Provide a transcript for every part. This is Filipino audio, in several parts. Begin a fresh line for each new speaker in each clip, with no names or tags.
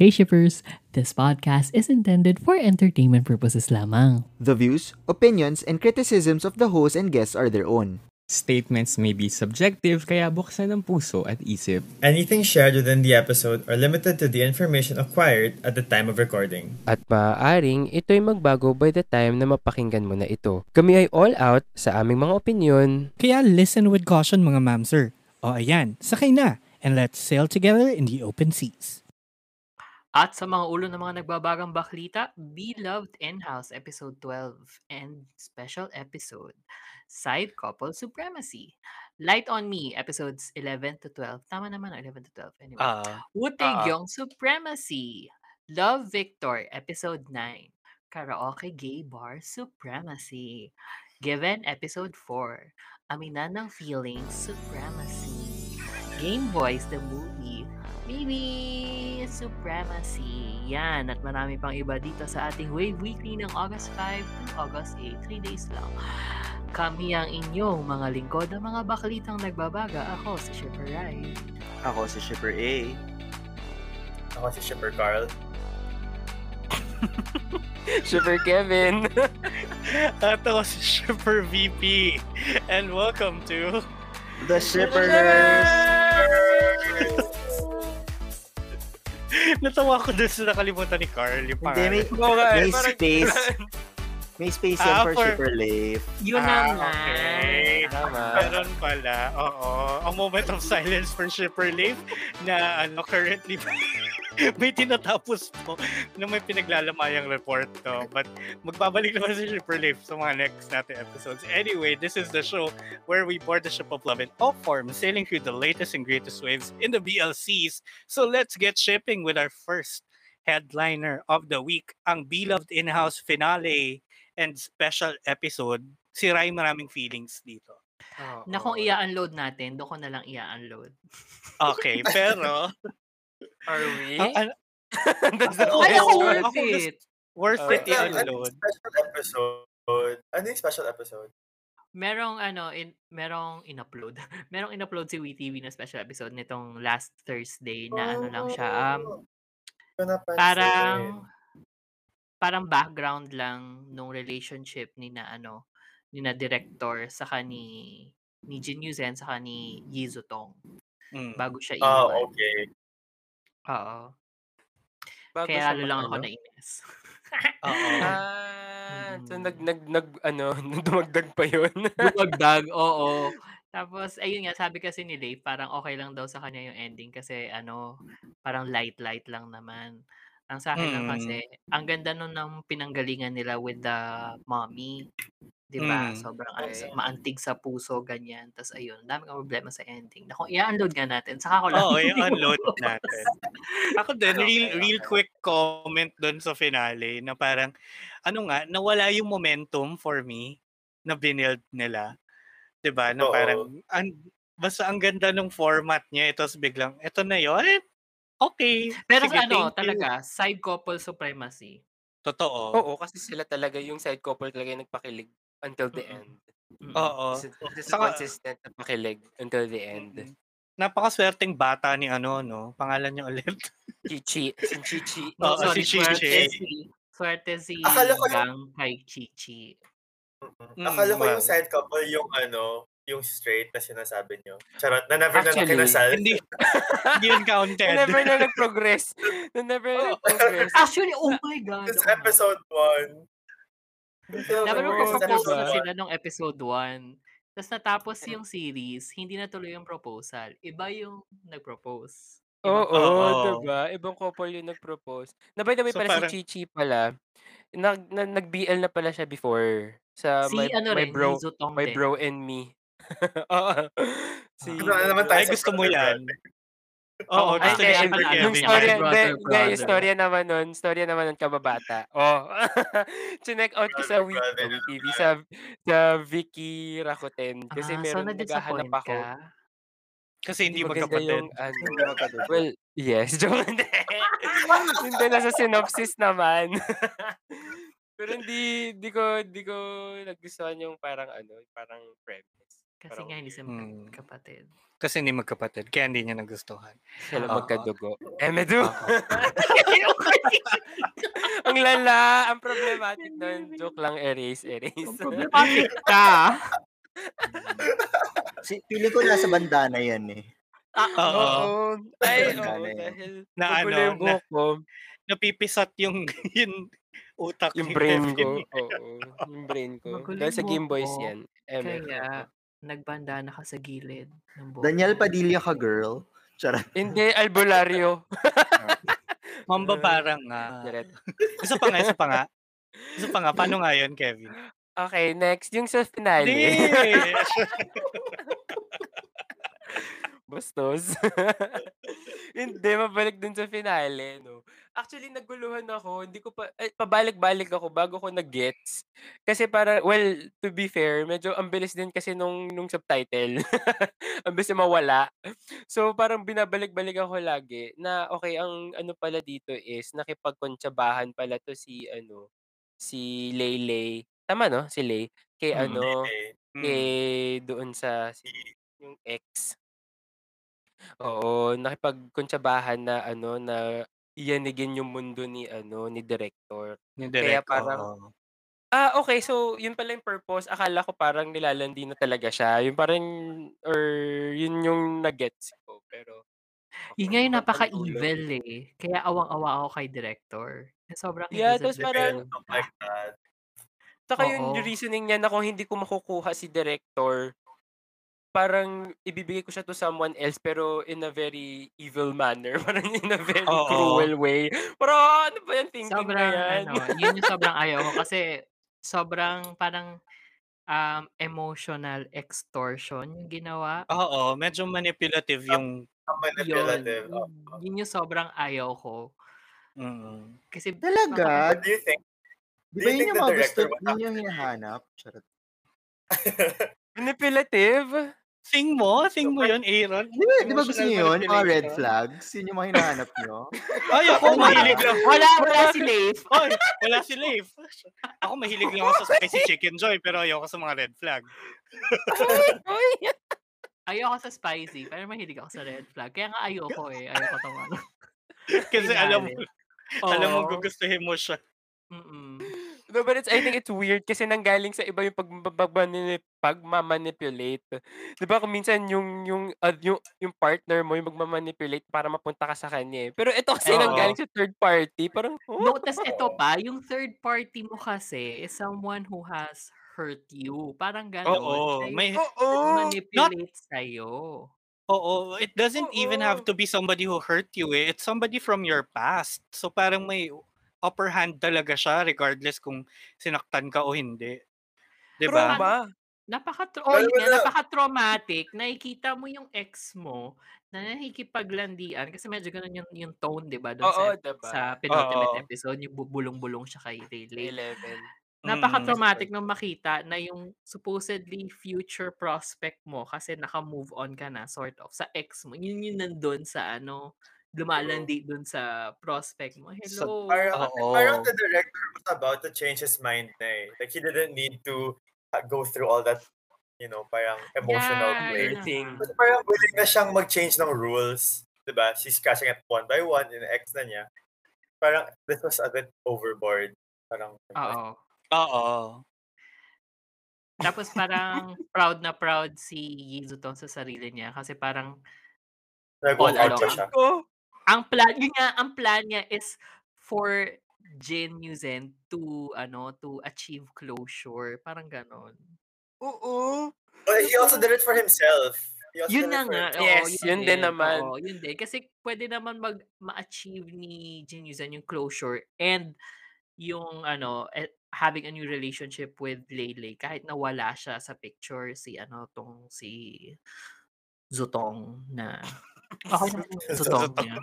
Hey shippers! This podcast is intended for entertainment purposes lamang.
The views, opinions, and criticisms of the host and guests are their own.
Statements may be subjective kaya buksan ang puso at isip.
Anything shared within the episode are limited to the information acquired at the time of recording.
At maaaring ito'y magbago by the time na mapakinggan mo na ito. Kami ay all out sa aming mga opinion.
Kaya listen with caution mga ma'am sir. O ayan, sakay na and let's sail together in the open seas.
At sa mga ulo ng mga nagbabagang baklita, Beloved In-House Episode 12 and Special Episode, Side Couple Supremacy. Light on Me, Episodes 11 to 12. Tama naman, ah, 11 to 12. Anyway.
Ah.
Wutegyong Supremacy. Love Victor, Episode 9. Karaoke Gay Bar Supremacy. Given, Episode 4. Aminan ng Feelings, Supremacy. Game Boys, the movie. Maybe Supremacy. Yan, at marami pang iba dito sa ating Wave Weekly ng August 5 to August 8. 3 days lang. Kami ang inyong mga lingkod ng mga baklitang nagbabaga. Ako si Shipper Rai.
Ako si Shipper A.
Ako si Shipper Carl.
Super Kevin!
At ako si Shipper VP. And welcome to...
The Shippers!
Natawa ko dun sa nakalimutan ni Carl. Yung
Hindi, may,
pangalan.
may space. May space yan
Ah,
for,
for-
Shipper Leif.
Yun
Ah,
na nga.
okay.
Tama.
Meron pala, Ah, oo. A moment of silence for Shipper Leif na ano, currently may tinatapos po na may pinaglalamayang report to. But magbabalik naman si Shipper Leif sa mga next natin episodes. Anyway, this is the show where we board the ship of love in all forms, sailing through the latest and greatest waves in the BLCs. So let's get shipping with our first headliner of the week, ang beloved in-house finale and special episode. Si Rai maraming feelings dito.
Na kung i-unload natin, doon ko na lang i-unload.
Okay, pero
Are we?
ang- ang-
That's the
Ako,
Oh,
Ay,
yes,
ako
sure.
worth
Ako gusto-
it!
worth it
Wait, ano-
i-unload.
anong special episode? Ano yung special episode?
Merong ano, in, merong in-upload. merong in-upload si WeTV na special episode nitong last Thursday na ano lang siya. Um,
Ko Oh. napansin.
parang parang background lang nung relationship ni na ano ni na director sa ni ni Jin Yuzen sa ni Yizu Tong
Mm.
bago siya
Oh,
iwan.
okay.
Oo.
Bago
Kaya
siya
lalo lang ako
mag-ano?
nainis.
ano? Ah, so
Mm.
nag, nag, nag, ano, dumagdag pa yun.
Dumagdag, oo. Tapos, ayun nga, sabi kasi ni Leif, parang okay lang daw sa kanya yung ending kasi ano, parang light-light lang naman. Ang sa akin lang
Mm.
kasi, ang ganda nun ng pinanggalingan nila with the mommy. Di ba?
Mm.
Sobrang ano, sa-
Okay.
maantig sa puso, ganyan. Tapos ayun, dami kang problema sa ending. Naku, i-unload nga natin. Saka ko lang.
Oo, i-unload natin. Ako din,
Ah,
Okay,
real, real
okay.
quick comment doon sa finale na parang, ano nga, nawala yung momentum for me na binild nila. 'Di ba
Oo.
Na parang, ang, basta ang ganda ng format niya, ito biglang, ito na yun? Okay.
Pero
sige,
ano,
thank you."
talaga, side couple supremacy.
Totoo.
Oo, kasi sila talaga yung side couple talaga yung nagpakilig until the
Mm-mm.
end.
Mm.
Oo.
Kasi- kasi
Oh, Saka-
consistent na pakilig until the end.
Mm. Napakaswerteng bata ni ano, no? Pangalan niya ulit.
Chichi, si Chichi.
Oo,
no,
si
sorry,
Chichi.
swerte si, swerte si
Akala ko
Gang kay Chichi.
Mm-mm. Akala ko yung
wow.
side couple yung ano, yung straight na sinasabi nyo. Charot, na never na
Actually,
nakinasal.
Hindi, hindi yun counted. Oh.
Na never na nag-progress. Na never na
Oo.
nag-progress.
Actually, oh my God.
This
oo nga.
episode 1.
Dapat
Oo,
magpo-propose
diba?
na sila nung episode 1. Tapos natapos
Ano?
yung series, hindi na tuloy yung proposal. Iba yung nag-propose.
Oo,
Oo.
diba? Ibang couple yung nag-propose. Na by the way,
So
pala
parang-
si Chichi pala, nag, na, nag-BL na pala siya before. Sa
si
my,
ano
my
rin,
Ah, bro,
Hizo Tong
my
din.
bro and me. Oo. si,
Ano naman tayo
Ay,
sa
gusto mo
brother
yan. Oo,
Ay,
gusto
hindi,
ni Shipper
hindi,
Kevin.
yung storya,
yan.
hindi, hindi, yung storya naman nun, storya naman nun kababata. Oh. Chinek out ko sa
Brother,
Wiki,
brother,
TV, sa, sa Vicky Rakuten. Kasi
Ah,
meron
na-disappoint
naghahanap ako.
ka?
Kasi hindi
maganda
magkapatid.
yung, ano, well, yes, joke. Hindi. hindi na sa synopsis naman. Pero hindi, di ko, di ko nagustuhan yung parang ano, parang premise.
Kasi
Parang
nga, hindi siya
Hmm.
kapatid.
Kasi hindi magkapatid. Kaya hindi niya nagustuhan.
Sila
Ah.
magkadugo. Eh, medu! ang lala! Ang problematic nun. Joke lang, erase, erase. Ah!
Problematic ka.
Si, pili ko nasa bandana yan eh.
Oo.
Oo. Ay, oo.
Problematic.
Dahil
Na
nagulo
ano,
yung buhok ko,
Napipisat yung, yung utak
yung
ni
brain ko.
Kevin.
Oo. Yung brain ko.
Magulo
Dahil
yung
sa Game
buhok
Boys
ko.
yan. Eh, medu.
Kaya, nagbandana ka sa gilid. Ng buhok
Daniel
mo.
Padilla ka, girl. Charot.
Hindi, albularyo. Ah,
Mamba parang nga.
Direct.
Isa pa nga, isa pa nga. Isa pa nga. Paano nga yun, Kevin?
Okay, next. Yung sa finale.
Hindi!
Bastos. hindi, mabalik dun sa finale, no? Actually, naguluhan ako. Hindi ko pa, ay, pabalik-balik ako bago ko nag-gets. Kasi para, well, to be fair, medyo ang bilis din kasi nung, nung subtitle. ang bilis na mawala. So, parang binabalik-balik ako lagi na, okay, ang ano pala dito is, nakipagkontsabahan pala to si, ano, si Laylay. Tama, no? Si Lay. Kay,
Mm.
ano,
Mm.
eh, doon sa si- yung ex. Oo, nakipagkuntsabahan na ano na iyanigin yung mundo ni ano ni director.
Yung
Kaya
direct,
parang-
oo.
Ah, okay. So, yun pala yung purpose. Akala ko parang nilalandi na talaga siya. Yung parang, or yun yung nag-gets ko. Pero,
Yun nga yung
Ang
napaka-evil eh. Kaya awang-awa ako kay director. Sobrang
Yeah,
hindi
tapos
sa
parang-
director.
Talk
Ah.
like that.
Saka yung
Oo.
reasoning niya na kung hindi ko makukuha si director, parang ibibigay ko siya to someone else pero in a very evil manner. Parang in a very
Oo.
cruel way. Pero ano ba yan thinking
sobrang,
na yan?
ano, yun yung sobrang ayaw ko kasi sobrang parang um, emotional extortion yung ginawa.
Oo, medyo manipulative yung...
Ang
Yun,
manipulative. Oh.
Mm.
yun yung sobrang ayaw ko.
Mm.
Kasi
Talaga?
What do you think?
Di
Do
ba
you
yun
think
yung
the
mga gusto
director would
yun yung hinahanap? Charot.
Manipulative?
Think mo? Think mo yun, Aaron?
Di ba, di ba gusto
Emotional
niyo yun? Mga red
manipulation.
flags? Yun yung mga hinahanap niyo?
Ay, ako
Wala.
mahilig lang.
wala, wala si Leif.
Ay, wala si Leif. Ako mahilig lang ako sa spicy chicken joy, pero ayoko sa mga red flag.
Ayoko sa spicy, pero mahilig ako sa red flag. Kaya nga ayoko eh. Ayoko tong ano.
Kasi alam mo, alam mo
Oo.
gugustuhin mo siya.
Mm-mm.
No, but it's, I think it's weird kasi nanggaling sa iba yung pag, pagmamanipulate. Di ba kung minsan yung, yung, ah, yung, yung partner mo yung magmamanipulate para mapunta ka sa kanya eh. Pero ito kasi
Oo.
nanggaling sa third party. Parang,
No, tas ito pa, yung third party mo kasi is someone who has hurt you. Parang gano'n.
Oo, may
oo!
manipulate sa'yo.
Oo, it doesn't even have
Oo.
to be somebody who hurt you eh. It's somebody from your past. So parang may upper hand talaga siya regardless kung sinaktan ka o hindi. 'Di
True
ba?
ba?
Napaka oh,
Well, wala.
napaka-traumatic. Nakikita mo yung ex mo na nakikipaglandian kasi medyo ganun yung, yung tone, 'di ba? Doon sa,
Oo, diba?
sa penultimate
Oo.
episode, yung bubulong-bulong siya kay Rayleigh.
11.
Napaka-traumatic nung makita na yung supposedly future prospect mo kasi naka-move on ka na, sort of, sa ex mo. Yun yung nandun sa ano, lumalandi dun sa prospect mo.
Sa-
Hello.
Parang,
Oo.
parang the director was about to change his mind na eh. Like, he didn't need to uh, go through all that, you know, parang emotional
Yeah,
way.
yeah.
thing.
Kasi parang willing na siyang mag-change ng rules. 'di ba? She's catching it one by one in X na niya. Parang this was a bit overboard. Parang
Oo.
Oo.
Tapos parang proud na proud si Yizuton sa sarili niya kasi parang
nag-walk
all
out pa
along.
siya.
Oh,
ang plan yun nga, ang plan niya is for Jin Yuzen to ano to achieve closure, parang ganon.
oo.
But he also did it for himself. He also
Yun
did it
na
for
nga.
himself.
oo,
Yes, yun din naman.
oo, yun din. Kasi pwede naman mag ma-achieve ni Jin Yuzen yung closure and yung ano eh, having a new relationship with Leilei kahit nawala siya sa picture si ano tong si Zutong na Okay naman yung totoo niya.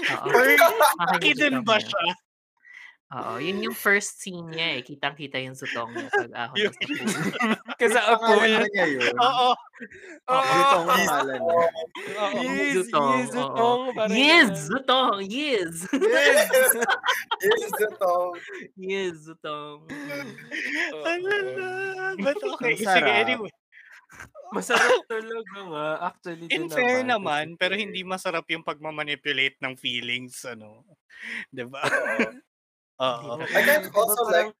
Oo. Okay yung
Kidin
totoo
ba
niya.
siya?
Oo, yun yung first scene niya eh. Kitang-kita yung sutong niya pag ahon na sa pool.
Kasi sa pool.
Oo.
Oo.
Yutong pangalan niya.
Yes,
Zutong,
yes,
oo.
Zutong, parang
Yes,
ganun.
Zutong, yes.
Yes! Yes, Zutong.
Yes, Zutong.
Ang lala. But okay,
Ang sarap.
sige, anyway.
Masarap talaga nga. Actually,
In
din
fair
naman,
naman, pero hindi masarap yung pagmamanipulate ng feelings, ano. 'Di ba? Oo.
I can't also like,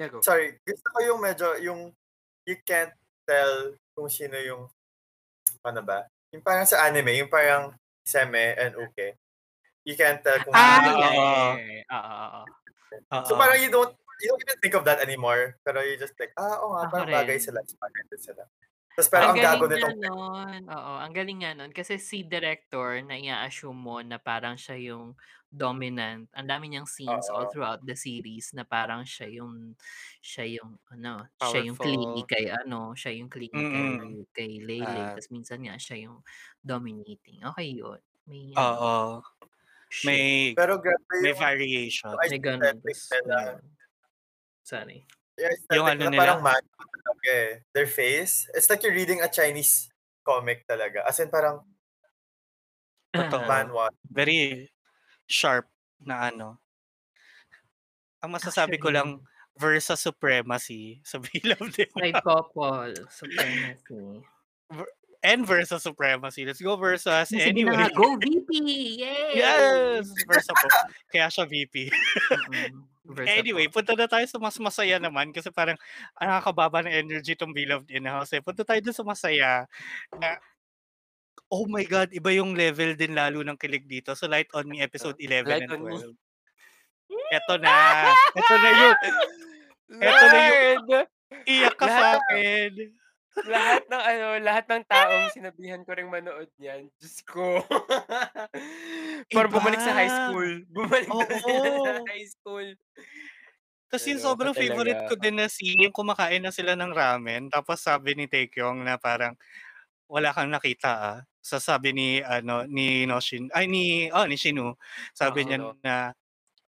Yeah, go.
sorry, gusto ko yung medyo, yung, you can't tell kung sino yung, ano ba? Yung parang sa anime, yung parang seme and uke. You can't tell kung
Ah,
sino.
yeah, yeah, yeah. Oo, oo, oo.
So parang you don't, you don't even think of that anymore. Pero you just like, ah, oo nga,
Ako
parang
rin.
bagay sila. Bagay din sila. Tapos parang ang gago
galing
nitong
nga nun. Oo, ang galing nga nun. Kasi si director, na i-assume mo na parang siya yung dominant. Ang dami niyang scenes all throughout the series na parang siya yung siya yung ano, siya yung clingy
Powerful.
kay ano, siya yung clingy
Mm-mm.
kay, kay Lele.
Ah.
Tapos minsan nga siya yung dominating. Okay yun. May ano,
Oo. May
Pero grabe
may
yung-
variation.
Ay,
may ganun.
aesthetic nila.
Sorry.
Yung aesthetic
Yung ano
na
nila?
Parang man, talaga eh. Their face. It's like you're reading a Chinese comic talaga. As in parang,
Totoo.
Manwa.
Very sharp na ano. Ang masasabi ko lang, Versa Supremacy sa Bilaw din.
Side couple. Supremacy.
And Versa Supremacy. Let's go Versas.
Sige
anyway.
na nga, go VP! Yay!
Yes! Versa po. Kaya siya VP.
Versa
anyway, punta na Ano tayo sa mas masaya naman kasi parang ang nakakababa ng energy tong Beloved in the House. Eh. Punta tayo dun sa masaya na Oh my God, iba yung level din lalo ng kilig dito. So Light on Me episode 11
Light
and
on Me.
12. Eto na. Eto na yun. Eto na yun. Iyak ka sa
Lahat-
akin.
lahat ng ano, lahat ng taong sinabihan ko ring manood niyan. Diyos ko. Para
Iba.
bumalik sa high school. Bumalik na sila sa
Oo.
high school.
Kasi yung
Ayoko
sobrang
talaga.
favorite ko din na scene, yung kumakain na sila ng ramen, tapos sabi ni Taekyong na parang, wala kang nakita ah. So sabi ni, ano, ni Noshin, ay ni, oh, ni Shinu,
Oo,
sabi niya
no.
na,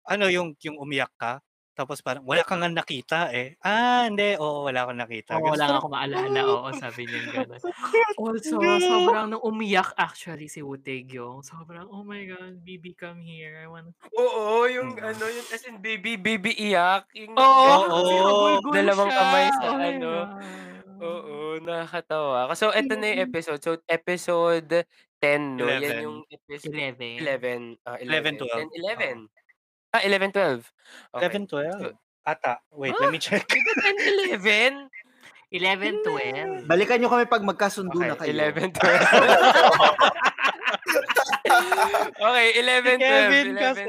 ano yung, yung umiyak ka, tapos parang, wala kang nga nakita eh. Ah, hindi, oo, wala kang nakita.
Oo, Oh, wala
Gusto-
nga akong maalala. Oo, sabi niya gano'n. Also,
No.
sobrang nung umiyak actually si Wutig yung sobrang, oh my God, baby, come here. I wanna...
Oo, yung
Hmm.
ano, yung as in baby, baby iyak. Yung,
Oo,
kasi nagulgul
dalawang
siya.
kamay sa
Oh my
ano.
Mm.
Oo, nakakatawa. So, eto na yung episode. So, episode 10, no? Yan
11.
yung episode
11.
11. ah,
11, 12.
11, 10, 11. Ah, 11, 12. Okay. Ah!
11, 12. Ata, wait, let me check.
11?
11, 12.
Balikan nyo kami pag magkasundo na kayo.
11, 12. okay, 11, 12.
Kevin
11,
kasi.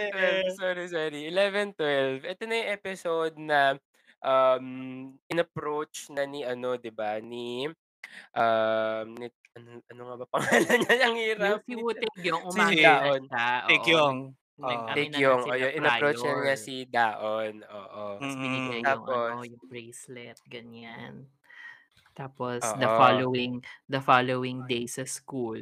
12. Sorry, sorry. 11, 12. Ito na yung episode na um, in-approach na ni ano, di ba? Ni, um, ni, ano, ano nga ba pangalan niya? Ang hirap.
Yung si Wutig yung
Si
umaga na
Daon.
siya. oo.
Taekyong.
Nag-
Ah.
ano na
Take yung,
sila
o yun, in-approach na niya
prior.
si Daon. Oo.
Tapos binigay
Mm-hmm.
yung,
Tapos,
ano, yung bracelet, ganyan. Tapos the
Oo.
following the following day sa school,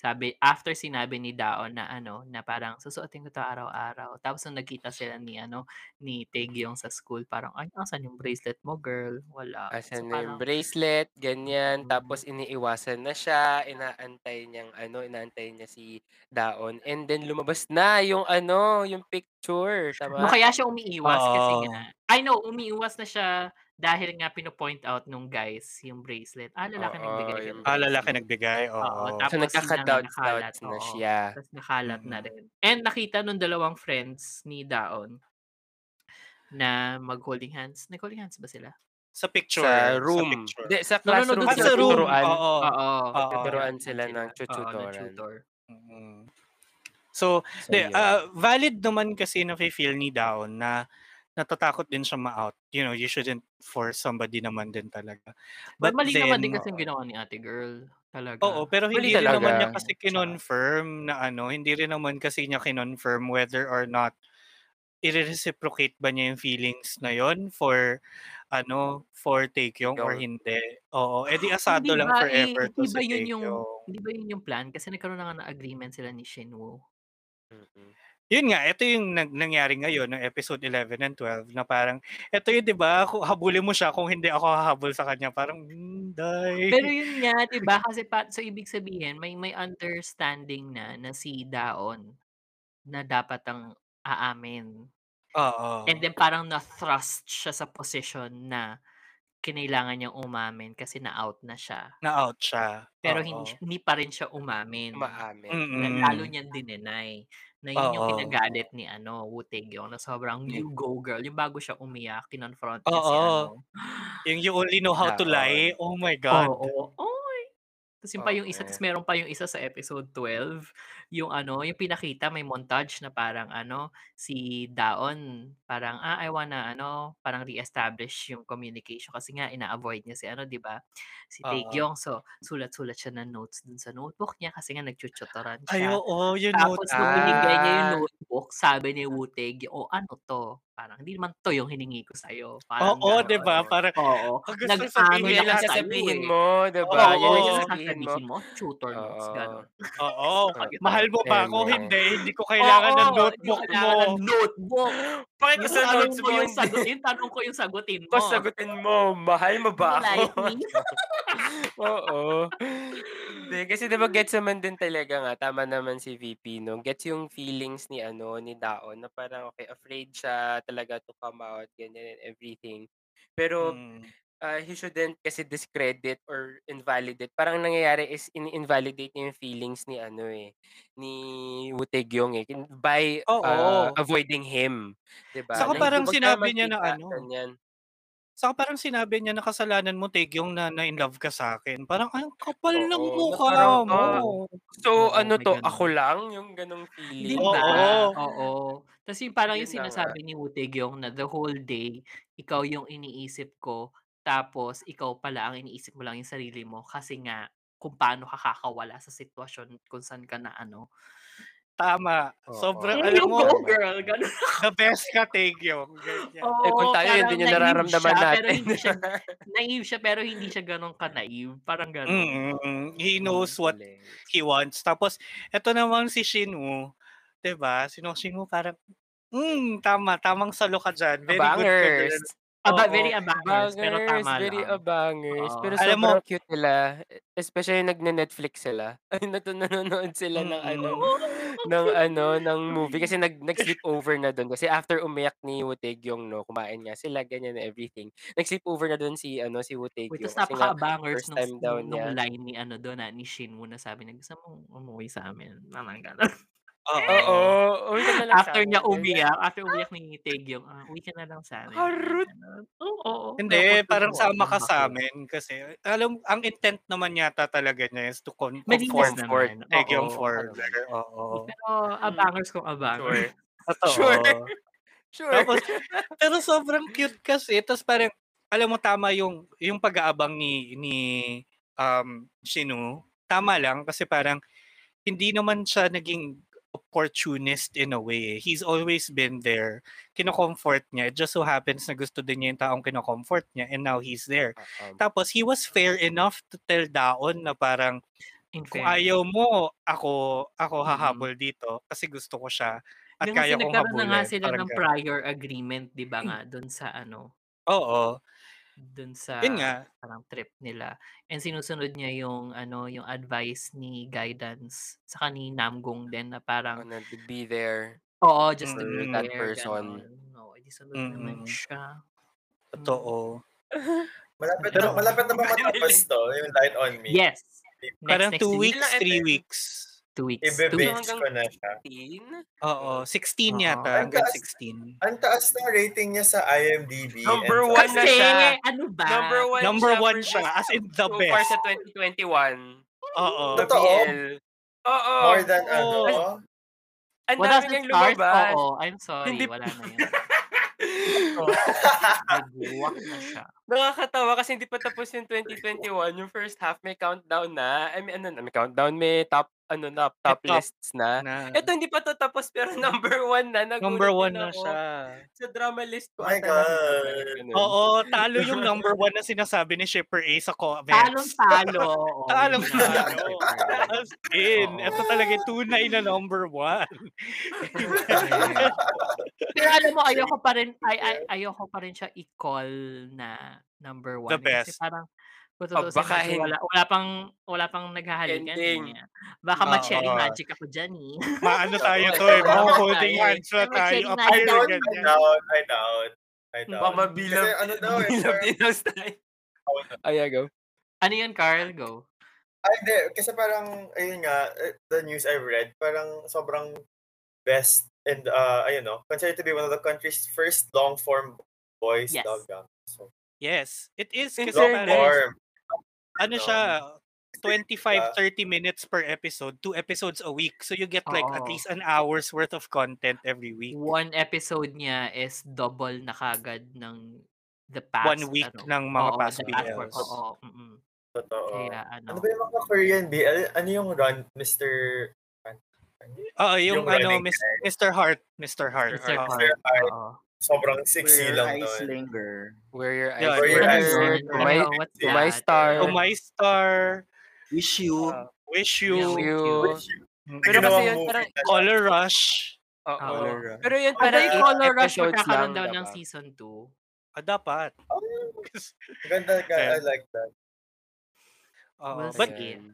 sabi after sinabi ni Daon na ano, na parang susuotin ko to araw-araw. Tapos nung nagkita sila ni ano ni Taegyong sa school, parang ay asan yung bracelet mo, girl? Wala.
Asan
Ah, So,
na yung
parang, Mm.
bracelet, ganyan. Tapos iniiwasan na siya, inaantay niyang ano, inaantay niya si Daon. And then lumabas na yung ano, yung picture. Tama?
No, kaya siya umiiwas kasi
Oo.
nga. I know, umiiwas na siya dahil nga pino-point out nung guys yung bracelet. Ah, lalaki
Oo,
nagbigay.
yung
ganun.
Ah, lalaki nagbigay,
Oo,
oo.
tapos
So nagkaka-doubts
nakalat
doubts na siya.
Tapos nakalat
Mm.
na rin. And nakita nung dalawang friends ni Daon na mag-holding hands. Nag-holding hands ba sila?
Sa picture.
Sa room.
picture.
Hindi, sa
No, no, no,
classroom.
dun
sila
sa room.
tuturuan.
Oo.
Oo.
Oo.
Tuturuan sila ng
Oo,
tututoran.
tutor.
Mm. So,
So,
de,
yun.
ah, valid naman kasi na feel ni Daon na natatakot din siya ma-out. You know, you shouldn't force somebody naman din talaga.
But, mali naman din
then,
kasi yung ginawa ni ate girl. Talaga.
Oo, pero
Mali
hindi rin naman niya
talaga.
kasi kinonfirm na ano, hindi rin naman kasi niya kinonfirm whether or not i-reciprocate ba niya yung feelings na yon for ano for take yung or
Yun.
hindi. Oo, edi asado
Hindi
lang
ba, eh,
forever to
hindi ba
si
yun
Taekyong.
yung Hindi ba yun yung plan? Kasi nagkaroon na nga ng agreement sila ni Shinwoo.
Mm.
mm,
Yun nga, ito yung nang- nangyari ngayon ng episode 11 and 12 na parang, ito yun, di ba, kung habulin mo siya kung hindi ako hahabol sa kanya. Parang, hindi.
Pero yun nga, di ba? Kasi pa, so ibig sabihin, may may understanding na na si Daon na dapat ang aamin.
Oo.
And then parang na-thrust siya sa position na kinailangan niyang umamin kasi na-out na siya.
na-out siya.
Pero
Oo.
hindi, hindi pa rin siya umamin.
Umaamin.
Mm-mm.
Lalo niyang dinenay. Na yun yung
Mm, Oo.
kinagalit ni ano, Wu Taegyong na sobrang you go girl. Yung bago siya umiyak, kinonfront niya si ano.
Oo. Yung you only know how to
Na-out.
lie. Oh my God.
Oo. Oy. Tapos yun pa yung isa,
Okay.
tapos meron pa yung isa sa episode 12, yung ano, yung pinakita, may montage na parang ano, si Daon, parang, ah, I wanna, ano, parang re-establish yung communication kasi nga, ina-avoid niya si ano, di ba? Si
Oo.
Taegyong, so, sulat-sulat siya ng notes dun sa notebook niya kasi nga nagchuchotoran siya.
Ay, oo, yun
Tapos
note-
nung binigay niya yung
Ah.
notebook, sabi ni Wu Taegyong, oh, ano to? Parang, hindi naman to yung hiningi ko sa'yo. Parang
Oo,
ganon.
di ba? Parang,
Oo.
Pag gusto
Nag-ano
sabihin,
na
lang
tayo
sasabihin
eh.
mo, di
Oo,
ba?
Oo,
Yan
oh,
ang
oh,
sasabihin mo.
mo. Tutor notes, gano'n.
Oo.
Pag-
Mahal mo pa ako,
Ayun.
hindi. Hindi ko kailangan ng
Oo,
notebook
hindi ko
mo.
kailangan ng notebook.
Bakit
Gusto
sa
tanong
notes
mo
mo,
yung
hindi?
sagutin, tanong ko yung sagutin mo.
Tapos sagutin mo, mahal mo ba
Wala
ako?
yun. eh.
Oo. Hindi, kasi diba gets naman din talaga nga, tama naman si VP, no? Gets yung feelings ni ano, ni Daon, na parang, okay, afraid siya talaga to come out, ganyan and everything. Pero,
Mm. Hmm.
uh, he shouldn't kasi discredit or invalidate. Parang nangyayari is in-invalidate niya yung feelings ni ano eh, ni Wu Taegyong eh, kin- by
Oo.
uh, avoiding him. Diba?
Saka
Na,
parang
"Huwag ka
sinabi niya na
magkita,"
ano.
ganyan.
Saka parang sinabi niya na kasalanan mo, Tig, yung na, na in love ka sa akin. Parang, ang kapal ng
Oo,
mukha
parang,
mo.
ah, So, ano
may
to,
ganun.
ako lang yung ganong
Di
feeling.
ba? Oo. Tapos yung parang yung
Yun na nga.
sinasabi ni Utig yung na the whole day, ikaw yung iniisip ko, tapos ikaw pala ang iniisip mo lang yung sarili mo kasi nga kung paano ka kakawala sa sitwasyon kung saan ka na ano.
Tama. Sobrang,
Eh, you
alam mo,
go, girl. Ganun.
the best ka, Tig, yung. ganyan.
Oo,
Eh, kung tayo, yun
parang
din yung
naive
nararamdaman
siya, Pero
natin.
hindi siya, naive siya, pero hindi siya ganun ka-naive. Parang ganun.
Mm, he knows what he wants. Tapos, eto naman si Shinwoo. 'Di ba? Si no Shinwoo parang, mm, tama, tamang salo ka dyan. Very
Abangers.
good.
Aba, very abangers, pero
Bangers,
tama
very
lang.
abangers.
Oo.
Pero
Alam
sobrang cute nila. Especially yung nagne-Netflix sila. Ay, natu- nanonood sila ng ano,
Oh.
ng ano, ng movie. Kasi nag, nag-sleepover na doon. Kasi after umiyak ni Wutig yung, no, kumain nga sila, ganyan na everything. Nag-sleepover na doon si, ano, si Wutig
Wait,
yung.
tapos
Kasi nga,
napaka-bangers
first
nung,
time daw
nung, nung
niya.
line ni ano doon, ah, ni Shin Woo na sabi na gusto mong umuwi sa amin. Parang ganun.
Oo, uwi ka na lang sa
after niya
amin.
umiyak, after umiyak ni Taeg yung, ah, uwi ka na lang sa amin. Harut! Oo, oo.
Hindi,
Pero
parang
kung
sama
ano,
ka sa
bakit?
amin. Kasi, alam, ang intent naman yata talaga niya is to con-
Malinis
conform
naman.
for
Oo,
Taegyong for.
parang-
Oo.
Pero abangers kung abangers.
Totoo.
Sure.
Tapos, pero sobrang cute kasi. Tapos parang, alam mo, tama yung, yung pag-aabang ni, ni um, Shinu. Tama lang kasi parang, hindi naman siya naging opportunist in a way. He's always been there. Kino-comfort niya. It just so happens na gusto din niya yung taong kino-comfort niya and now he's there. Tapos, he was fair enough to tell Daon na parang,
In
kung
fairness.
ayaw mo, ako, ako hahabol dito kasi gusto ko siya at
Hindi,
kaya
kasi
kong
nagkaroon na
habulin.
nga sila
Parang
ng
ganun.
prior agreement, di ba
Hmm.
nga, doon sa ano,
Oo.
doon sa
Yun nga.
parang trip nila. And sinusunod niya yung ano, yung advice ni guidance sa ni Namgong din na parang
Ano, to be there.
oo, just to
for
Mm,
be
that
there,
person.
ganon. No, edi sunod naman
Mm-mm.
siya.
Mm. Totoo.
Malapit
Pero-
na, malapit na ba matapos to, yung light on me.
Mm, Yes. Next,
Parang
next
two
week.
weeks, three weeks.
Two weeks. Two
Ibe-binge
weeks.
ko na siya.
Oo, 16
Oo.
yata.
Ang
Hanggang
taas-
16.
Ang taas na rating niya sa IMDb.
Number
and sa-
one na
Kasi,
siya.
ano ba?
Number one
Number
siya
one
for
siya,
this-
as in the
so far
best.
sa 2021.
Oo.
The
Totoo?
BL. Oo.
More than
oo.
ano.
Ang
Wala
dami
sa
niyang
stars,
lumabas.
oo. I'm sorry,
Hindi-
wala na yun. Oo. Naguwak na siya.
Nakakatawa kasi hindi pa tapos yung 2021. Yung first half may countdown na. I mean, ano na, may countdown, may top ano na, top lists na. Ito hindi pa to tapos pero number one na. Nagulat
Number one
din
na
ako
siya.
Sa drama list ko.
Oh my
ata lang. Ganun.
Oo, talo yung number one na sinasabi ni Shipper A sa comments.
Talong-talo, oo.
Talong talo. As in, ito talaga yung tunay na number one.
Pero alam mo, ayoko pa rin, ay, ay, ayoko pa rin siya i-call na number one.
The best. Oh,
Kasi parang, kung tutusin,
Pabakahin.
wala, wala pang, wala pang naghahalikan.
Ending.
niya. Baka
Oo.
ma-cherry magic ako dyan eh.
Maano tayo to eh, mga holding hands na
May
tayo.
check
Up
na
higher
daw.
ganyan.
I doubt, I doubt. I doubt.
Baka mabilab.
Kasi ano daw eh,
mabilab
parang-
din ang style. Ayan, go.
Ano yun, Carl? Go.
Ay, hindi. Kasi parang, ayun nga, eh, the news I've read, parang sobrang best and, uh, ayun no, considered to be one of the country's first long-form boys
Yes.
love drama. So,
Yes, it is.
In
Kasi
fairness.
parang,
Norm.
ano siya, 25-30 minutes per episode, two episodes a week. So you get like
Oo.
at least an hour's worth of content every week.
One episode niya is double na kagad ng the past. ano.
One week ng mga past
the past
BLs.
work, Oo, mm-mm.
Totoo.
Kaya ano.
Ano ba yung mga Korean BL? Ano yung run, Mr.
Oo,
Yung
yung, ano,
running
Mis- Mr. Hart. Mr. Hart.
Mr.
oo.
Hart. Sobrang sexy
Where
lang
eyes
nun.
linger.
Where your
Yeah,
eyes
where your eyes
were,
were,
to my,
ano, what's
to my
that?
star.
To my star.
Wish you.
wish you.
Wish you. Wish
Mm.
Pero kasi yun, parang,
Color Rush.
Color
Rush.
pero yun,
Parang
parang
yung
eight
Color Rush
episodes
magkakaroon
lang,
daw
diba?
ng season 2.
Ah, dapat.
Ganda Oh, ka, I
Yeah.
like that.
We'll
Oo, but,
see. Mm.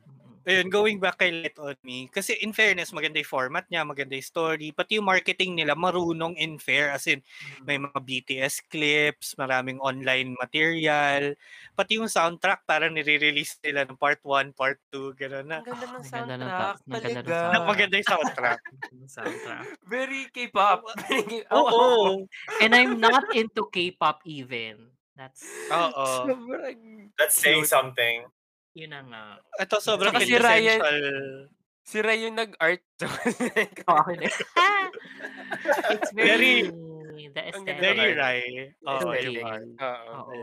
ayun, going back kay Let On Me, kasi in fairness, maganda yung format niya, maganda yung story, pati yung marketing nila, marunong in fair, as in, may
Mm.
mga BTS clips, maraming online material, pati yung soundtrack, parang nire-release nila ng part 1, part 2, gano'n na.
Ang ganda ng
Ang ganda ng
soundtrack.
sound- ang ganda ng
talaga.
soundtrack.
Na maganda yung soundtrack.
soundtrack.
Very K-pop. Very K-
Oo.
And I'm not into K-pop even. That's,
Oo.
Sobrang
That's saying something.
yun na nga.
Ito sobrang
Tsaka si Ryan-
essential.
Si Ray yung nag-art. Oh,
It's very,
Very-
the aesthetic.
Very Rai. Oo,
Aesthetic.
yung art.
Oo.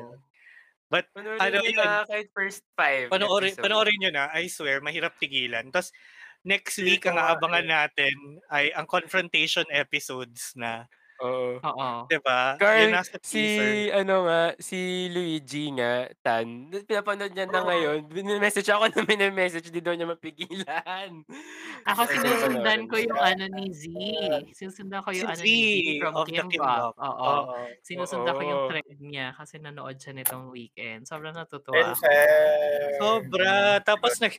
But,
Panoorin
ano
nyo
yun,
na kahit first five.
panoorin,
episodes.
panoorin nyo na, I swear, mahirap tigilan. Tapos, next week, ang aabangan natin ay ang confrontation episodes na.
Oo.
Oo.
Diba?
Carl,
Yun nasa
si,
teaser.
ano nga, si Luigi nga, Tan, pinapanood niya na
Oo.
ngayon, minimessage ako na minimessage, di daw niya mapigilan.
Ako
Ay,
sinusundan
panoorin
ko yung
niya.
ano ni Z. Sinusundan ko yung
Si
ano
Z
ni Z from
of the
Kimbap.
Kimbap.
Oo.
Oo.
Sinusundan ko yung
Oo.
thread niya kasi nanood siya nitong weekend. Sobrang natutuwa
And
ako.
fair.
Sobra. Tapos, nag,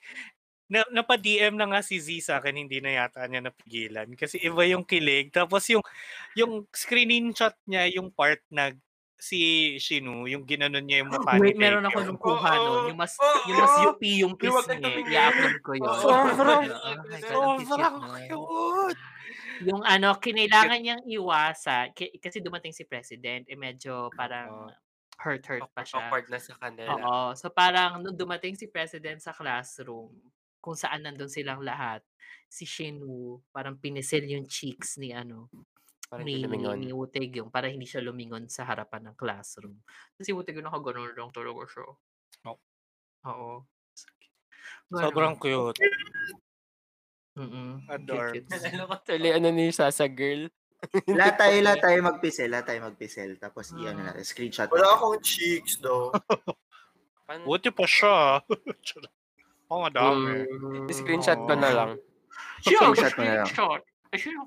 na, napa-DM na nga si Z sa akin, hindi na yata niya napigilan. Kasi iba yung kilig. Tapos yung, yung screenshot niya, yung part na si Shinu, yung ginanon niya yung mukha
Wait,
ni
meron ako
Taecyeon.
nung kuha nun. Yung mas, yung mas UP yung kiss
Huwag kang
niya.
tumingin.
I-upload ko yun.
Sobrang-
Oh my God, ang kiss
Sobrang
yun nun.
cute!
Yung ano, kinailangan niyang iwasa ki- kasi dumating si President, eh medyo parang hurt-hurt pa siya.
Awkward na sa kanila.
ah.
Oo. So parang nung dumating si President sa classroom, kung saan nandun silang lahat, si Shinwoo parang pinisil yung cheeks ni ano,
Parang
ni,
hindi lumingon.
ni Woo Taegyong para hindi siya lumingon sa harapan ng classroom. Kasi Woo Taegyong nakaganon lang talaga siya.
Oo.
Oo.
Oh.
ano,
Sobrang cute.
Mm-mm.
Adorable.
Ano ko tuloy, ano ni Sasa girl?
Lahat tayo, lahat tayo magpisel, lahat tayo magpisel. Tapos i-ano natin, screenshot.
Wala akong cheeks, though.
Buti pa siya. ah. Oo, oh, dami.
Mm, screenshot ko na lang.
Screenshot mo na lang.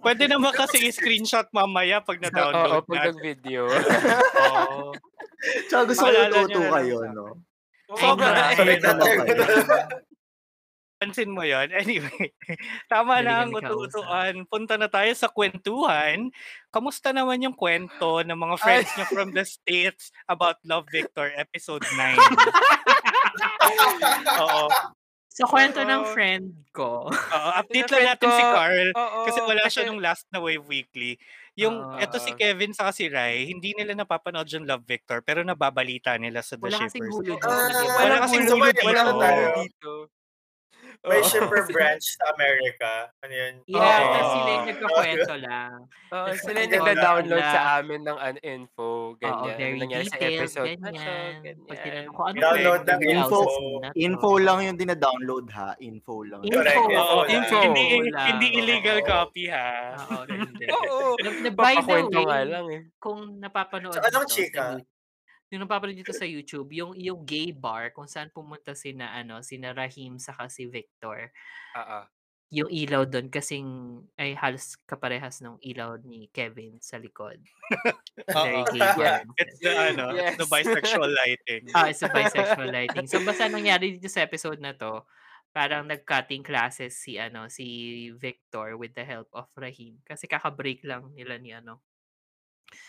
Pwede naman kasi i-screenshot mamaya pag
Oo,
na-download
pag
na.
nag-video.
Oo.
Tsaka gusto ko
Maalala
yung
niyo na lang
kayo,
sa akin.
no?
Sobra.
Sabay ka na kayo.
Pansin mo yon. Anyway, tama
Galingan
na ang
ni Kausap.
utuutuan. Punta na tayo sa kwentuhan. Kamusta naman yung kwento ng mga friends niyo from the States about Love Victor episode 9? Oo.
So, kwento ng
Oo.
friend ko.
Oo, update lang
na friend
natin si
ko.
Carl
Oo,
kasi wala siya
kasi-
nung last na Wave Weekly. Yung
Oo.
eto si Kevin sa si Rai, hindi nila napapanood yung Love Victor pero nababalita nila sa The
Wala kasing
Shippers.
hulo dito.
Ah,
Wala
wala
Walang
kasing
hulo
hulo
dito.
dito.
Wala tayo
dito.
May
Oo.
shipper branch sa America. Ano yun?
Yeah, tapos sila
Ah.
yung nagkakwento lang.
Oo,
Tapos
sila yung
nagkakwento
nagda-download
lang.
sa amin ng an info, ganyan.
Oo,
Ano
very
nangyari sa
detailed,
episode na to,
ganyan. Pag tinanong ko, ano
Download
ba
ng
yung
info.
houses na to?
Info lang yung dina-download ha. Info lang.
Info.
Oh,
Oo,
Correct.
info. Hindi, hindi illegal copy ha.
Oo, hindi.
Oo.
Na- By the
Papakwento nga
way,
lang eh.
kung napapanood
Tsaka anong
nyo to
chika?
sa YouTube- yung napapanood nyo to sa YouTube, yung, yung gay bar, kung saan pumunta sina, ano, sina Rahim saka si Victor,
Oo.
yung ilaw doon kasing ay halos kaparehas ng ilaw ni Kevin sa likod. Very
Oo.
gay bar.
It's the, ano, it's the
Yes.
bisexual lighting.
Ah, it's a bisexual lighting. So basta nangyari dito sa episode na to, parang nag-cutting classes si ano si Victor with the help of Rahim kasi kaka-break lang nila ni ano.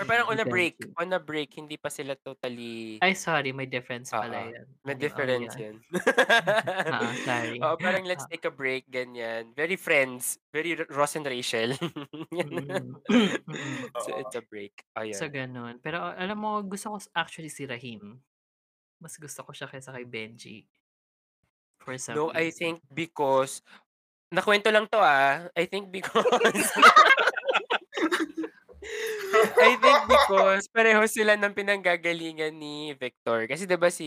Or parang on a
Defense
break, on a break, hindi pa sila totally...
Ay sorry, may difference pala
Oo.
yan.
oh,
Ano,
May
ano
difference
yan?
yun.
Ah, sorry.
Oo, parang let's
Ah.
take a break, ganyan. Very friends. Very R- Ross and Rachel. Yan. so it's a break. Ayun.
Mm, So ganun. Pero alam mo, gusto ko s- actually si Rahim. Mas gusto ko siya kaysa kay Benji. For some
no, I
reason.
think because... Nakwento lang to ah. I think because... I think because pareho sila ng pinanggagalingan ni Victor. Kasi 'di ba si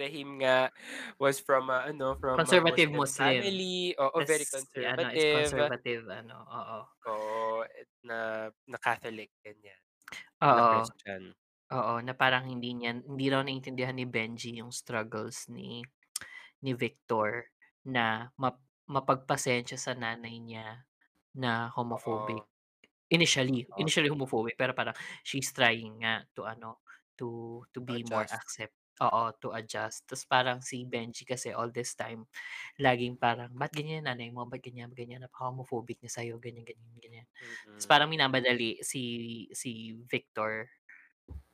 Rahim nga was from ah, ano from ah,
Conservative Muslim.
family, oo,
Tas
oh, very
si
conservative. uh
Ano, is conservative, ano, oo.
Oo, et- na, na Catholic, ganyan.
Oo.
Na Christian.
Oo, na parang hindi niya, hindi raw naintindihan ni Benji yung struggles ni ni Victor na map, mapagpasensya sa nanay niya na homophobic. Initially, initially homophobic pero parang she's trying nga to ano, to to be more accept. Oo, to adjust. Tapos parang si Benji kasi all this time, laging parang, ba't ganyan yung nanay mo? Ba't ganyan, ba't ganyan? Napaka-homophobic niya sa'yo, ganyan, ganyan, ganyan.
Mm.
Tapos parang minamadali si, si Victor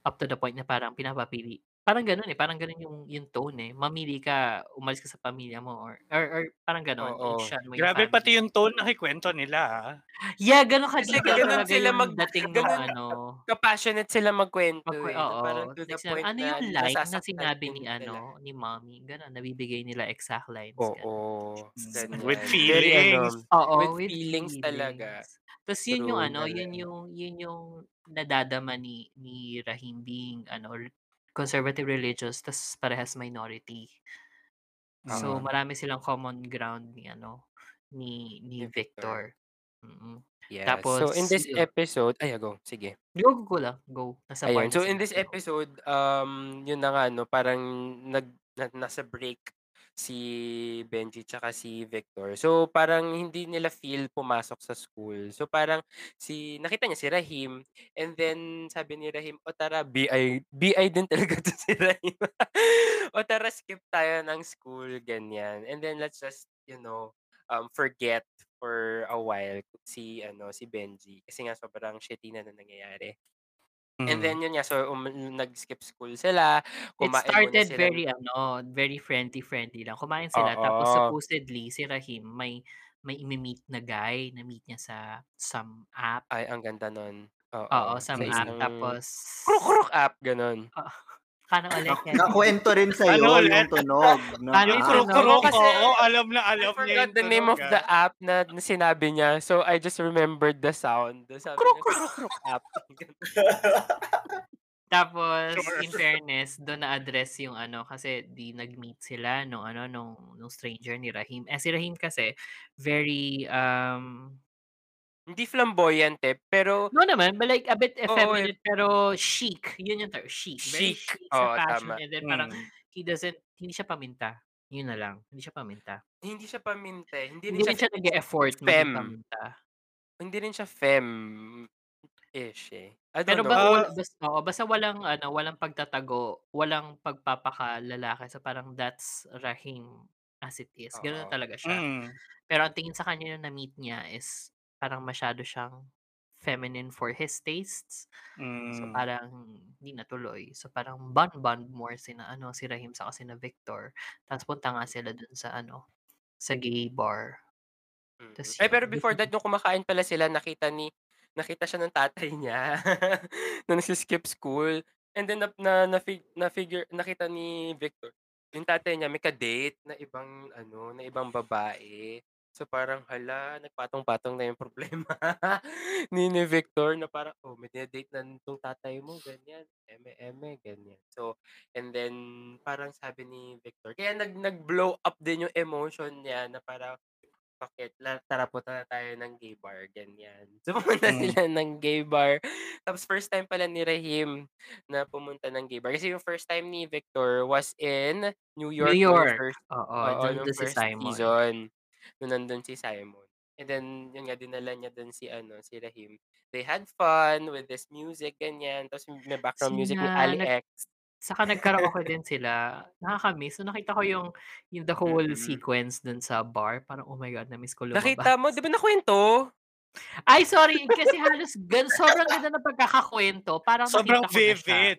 up to the point na parang pinapapili. Parang ganun eh, parang ganun yung, yung tone eh. Mamili ka, umalis ka sa pamilya mo or, or, or parang ganun.
Oo.
and shun mo yung
Grabe
family.
pati yung tone na kikwento nila ah.
Yeah, ganun ka
Kasi ganun sila mag...
dating ng
ganun-
ano.
Kapassionate sila magkwento.
Magkwe-
eh, na
Oo.
parang to
Like,
the
sinabi,
point
ano yung line na
nasasaktan
sinabi
din
ni
nila.
ano ni mommy? Ganun, nabibigay nila exact lines.
Oo.
ganun.
With
Very,
feelings.
ano,
Oo,
with,
with
feelings, talaga.
Tapos yun yung
True,
ano, yun
ganun.
yung yun yung nadadama ni ni Rahim being ano re- conservative religious tas parehas minority. So
Tama.
marami silang common ground ni ano ni ni Victor. Mm-mm.
Yeah. so in this
yun.
episode, ay ah, go, sige.
go, go, go lang, go. Nasa
Ayun.
part
So
na
in
sila.
this episode, um, yun na nga, no, parang nag, na- nasa break si Benji tsaka si Victor. So parang hindi nila feel pumasok sa school. So parang si nakita niya si Rahim and then sabi ni Rahim, "O tara, BI BI din talaga to si Rahim." o tara, skip tayo ng school ganyan. And then let's just, you know, um forget for a while si ano si Benji kasi nga sobrang shitty na na nangyayari. And then yun nga, so um, nag-skip school sila.
Mm. It
kumain muna
started
sila
very ano, very friendly friendly lang. Kumain sila tapos
Oo.
supposedly si Rahim may may imi-meet na guy na meet niya sa some app.
Ay, ang ganda nun. Oo,
Oo,
Oh, sa
some app
isang
tapos
Kruk-kruk app, ganun.
kanang ulit. yan.
Nakwento rin sa'yo
Ano ulit?
yung tunog. No?
Ano Ah,
Yung kuro-kuro
no,
ko,
kasi-
oo, alam na alam
I
niya
forgot
yung
the name
tunog,
of the
ah.
app na, na sinabi niya. So, I just remembered the sound. Sabi niya, kruk-kruk app.
Tapos
Sure.
in fairness, doon na-address yung ano kasi di nag-meet sila nung ano nung, nung stranger ni Rahim. Eh si Rahim kasi very um
Hindi flamboyant eh, pero
no naman, but like a bit
Oo, eh.
effeminate pero chic. Yun yung term, chic. Very
Chic.
chic sa
Oo,
fashion.
tama. Mm.
And then parang he doesn't, hindi siya paminta. Yun na lang. Hindi siya paminta.
hindi siya paminte. Hindi
Hindi,
rin
rin
siya,
siya nag-e-effort maging
femme.
paminta.
Hindi rin siya femme-ish eh. I don't
Pero
know.
ba, wal- basta, oo, basta walang ano, walang pagtatago, walang pagpapakalalaki sa parang that's Rahim as it is. Ganun
Oo.
talaga siya.
Mm.
Pero ang tingin sa kanya na na-meet niya is parang masyado siyang feminine for his tastes. So
Mm.
parang hindi natuloy. So parang bond-bond more sina ano si Rahim sa kasi na Victor. Tapos punta nga sila dun sa ano sa gay bar.
Mm.
Tas
Ay, pero
yun,
before
bigla-
that, nung kumakain pala sila, nakita ni nakita siya ng tatay niya na nagsiskip school. And then na, na, na, fig- na figure nakita ni Victor yung tatay niya may ka-date na ibang ano, na ibang babae. So parang hala, nagpatong-patong na yung problema ni, ni Victor na parang, oh, may date na itong tatay mo, ganyan, eme, eme, ganyan. So, and then, parang sabi ni Victor, kaya nag, nag-blow up din yung emotion niya na parang, bakit, la- tara punta na tayo ng gay bar, ganyan. So, pumunta
Mm.
sila ng gay bar. Tapos, first time pala ni Rahim na pumunta ng gay bar. Kasi yung first time ni Victor was in New York.
New
nung
York.
first-
Oo,
oo,
doon
nung
doon si
first
Simon.
Season, nung nandun si Simon. And then, yun nga, dinala niya dun si, ano, si Rahim. They had fun with this music, ganyan. Tapos, may background
Kasi
music ni
nga,
Ali
nag-
X.
Saka nagkaraoke din sila. Nakakamiss. So nakita ko yung, yung the whole sequence dun sa bar. Parang, oh my God, na-miss ko lumabas.
Mm. Nakita mo, di ba nakwento?
Ay, sorry. Kasi halos gan, sobrang ganda na pagkakakwento. Parang
Sobrang
nakita ko na siya.
vivid.